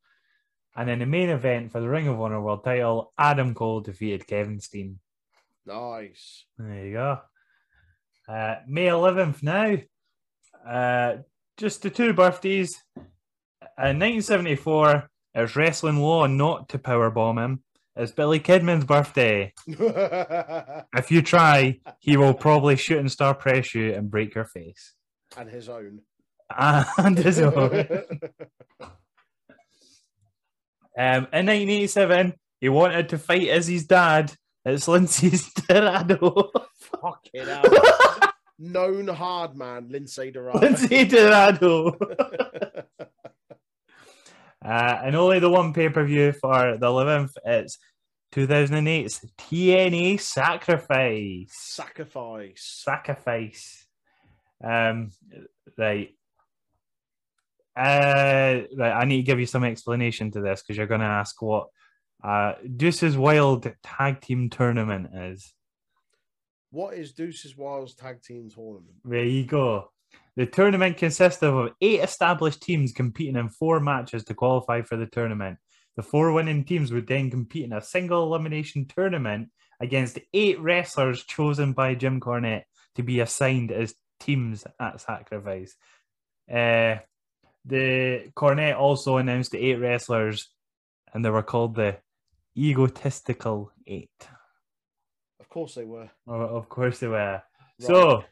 And in the main event for the Ring of Honor World title, Adam Cole defeated Kevin Steen.
Nice. [laughs]
There you go. Uh, May 11th now. Uh, just the two birthdays. Uh, In 1974, it was wrestling law not to powerbomb him. It's Billy Kidman's birthday.
and
If you try, he will probably shoot and star press you and break your face. [laughs]
his own.
And [laughs] his own. Um, in 1987, he wanted to fight Izzy's dad. It's Lindsay's [laughs] Dorado.
Fucking hell. [laughs] Known hard man, Lindsay Dorado.
[laughs] Lindsay Dorado. [laughs] uh, and only the one pay per view for the 11th. It's 2008's TNA Sacrifice.
Sacrifice.
Sacrifice. Um, right. Uh, right. I need to give you some explanation to this because you're going to ask what uh, Deuce's Wild Tag Team Tournament is.
What is Deuces Wild's tag team tournament?
There you go. The tournament consists of eight established teams competing in four matches to qualify for the tournament. The four winning teams would then compete in a single elimination tournament against eight wrestlers chosen by Jim Cornette to be assigned as teams at Sacrifice. Uh, the Cornette also announced the eight wrestlers, and they were called the Egotistical Eight.
Of course they were.
Oh, of course they were. So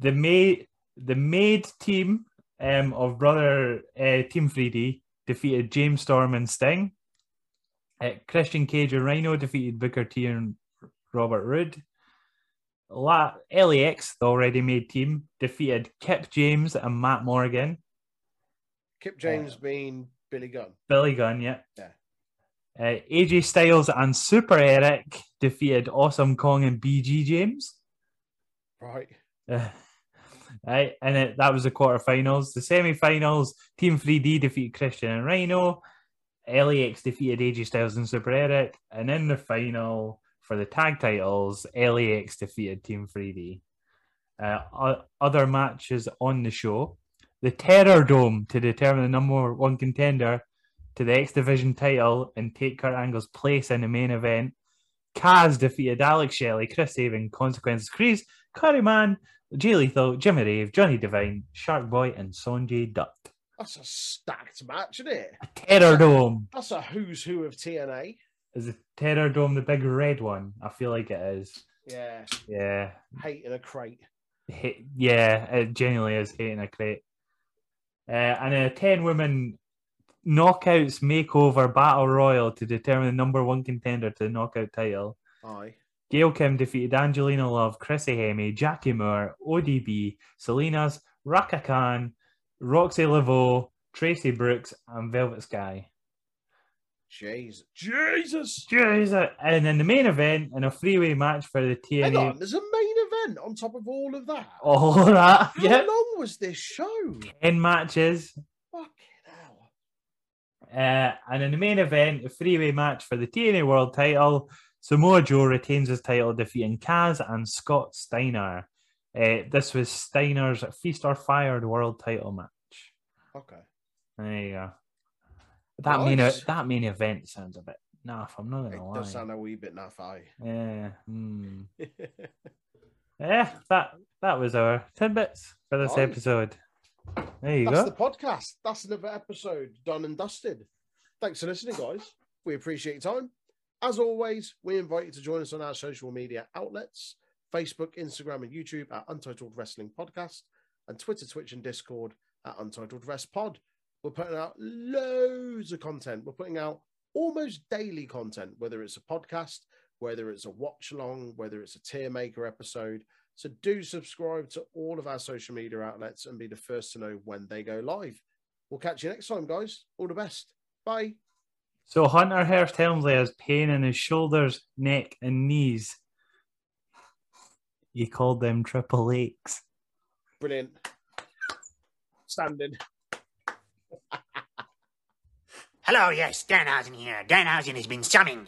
the maid, the maid team um, of brother uh, Team 3D defeated James Storm and Sting. Uh, Christian Cage and Rhino defeated Booker T and Robert Roode. La- LAX, the already made team, defeated Kip James and Matt Morgan.
Kip James being Billy Gunn.
Billy Gunn, yeah.
Yeah.
Uh, AJ Styles and Super Eric defeated Awesome Kong and BG James.
Right.
Uh, [sighs] right, and it, that was the quarterfinals. The semi-finals, Team 3D defeated Christian and Rhino. LAX defeated AJ Styles and Super Eric, and in the final for the tag titles, LAX defeated Team 3D. Uh, o- other matches on the show: the Terror Dome to determine the number one contender to the X Division title and take Kurt Angle's place in the main event. Kaz defeated Alex Shelley, Chris Haven, Consequences Crease, Curry Man, Jay Lethal, Jimmy Rave, Johnny Devine, Shark Boy, and Sonjay Dutt.
That's a stacked match, isn't it?
A Terror Dome.
That's a who's who of TNA.
Is the Terror Dome the big red one? I feel like it is.
Yeah.
Yeah.
Hate in a crate.
Hate, yeah, it genuinely is hating a crate. Uh, and a 10 women knockouts makeover battle royal to determine the number one contender to the knockout title.
Aye.
Gail Kim defeated Angelina Love, Chrissy Hemme, Jackie Moore, ODB, Selena's, Raka Khan, Roxy Laveau, Tracy Brooks, and Velvet Sky.
Jesus. Jesus.
Jesus. And in the main event, in a three-way match for the
Hang on,
TNA,
there's a main event on top of all of that.
all of that,
How
yeah,
long was this show?
ten matches.
Fucking hell.
Uh, and in the main event, a three-way match for the TNA World Title, Samoa Joe retains his title, defeating Kaz and Scott Steiner. Uh, this was Steiner's Feast or Fired World Title match.
Okay.
There you go. That main
Nice.
that main event sounds a bit naff. I'm not
It
gonna lie.
does sound a wee bit naff, aye. [laughs]
Yeah. hmm. Yeah. That that was our tidbits for this
Nice.
episode. There you
That's
go.
the podcast. That's another episode done and dusted. Thanks for listening, guys. We appreciate your time. As always, we invite you to join us on our social media outlets Facebook, Instagram, and YouTube at Untitled Wrestling Podcast, and Twitter, Twitch, and Discord at Untitled Rest Pod. We're putting out loads of content. We're putting out almost daily content, whether it's a podcast, whether it's a watch along, whether it's a tier maker episode. So do subscribe to all of our social media outlets and be the first to know when they go live. We'll catch you next time, guys. All the best. Bye.
So Hunter Hearst Helmsley has pain in his shoulders, neck, and knees. He called them triple X.
Brilliant. Standing.
Hello, yes, Danhausen here. Danhausen has been summoned.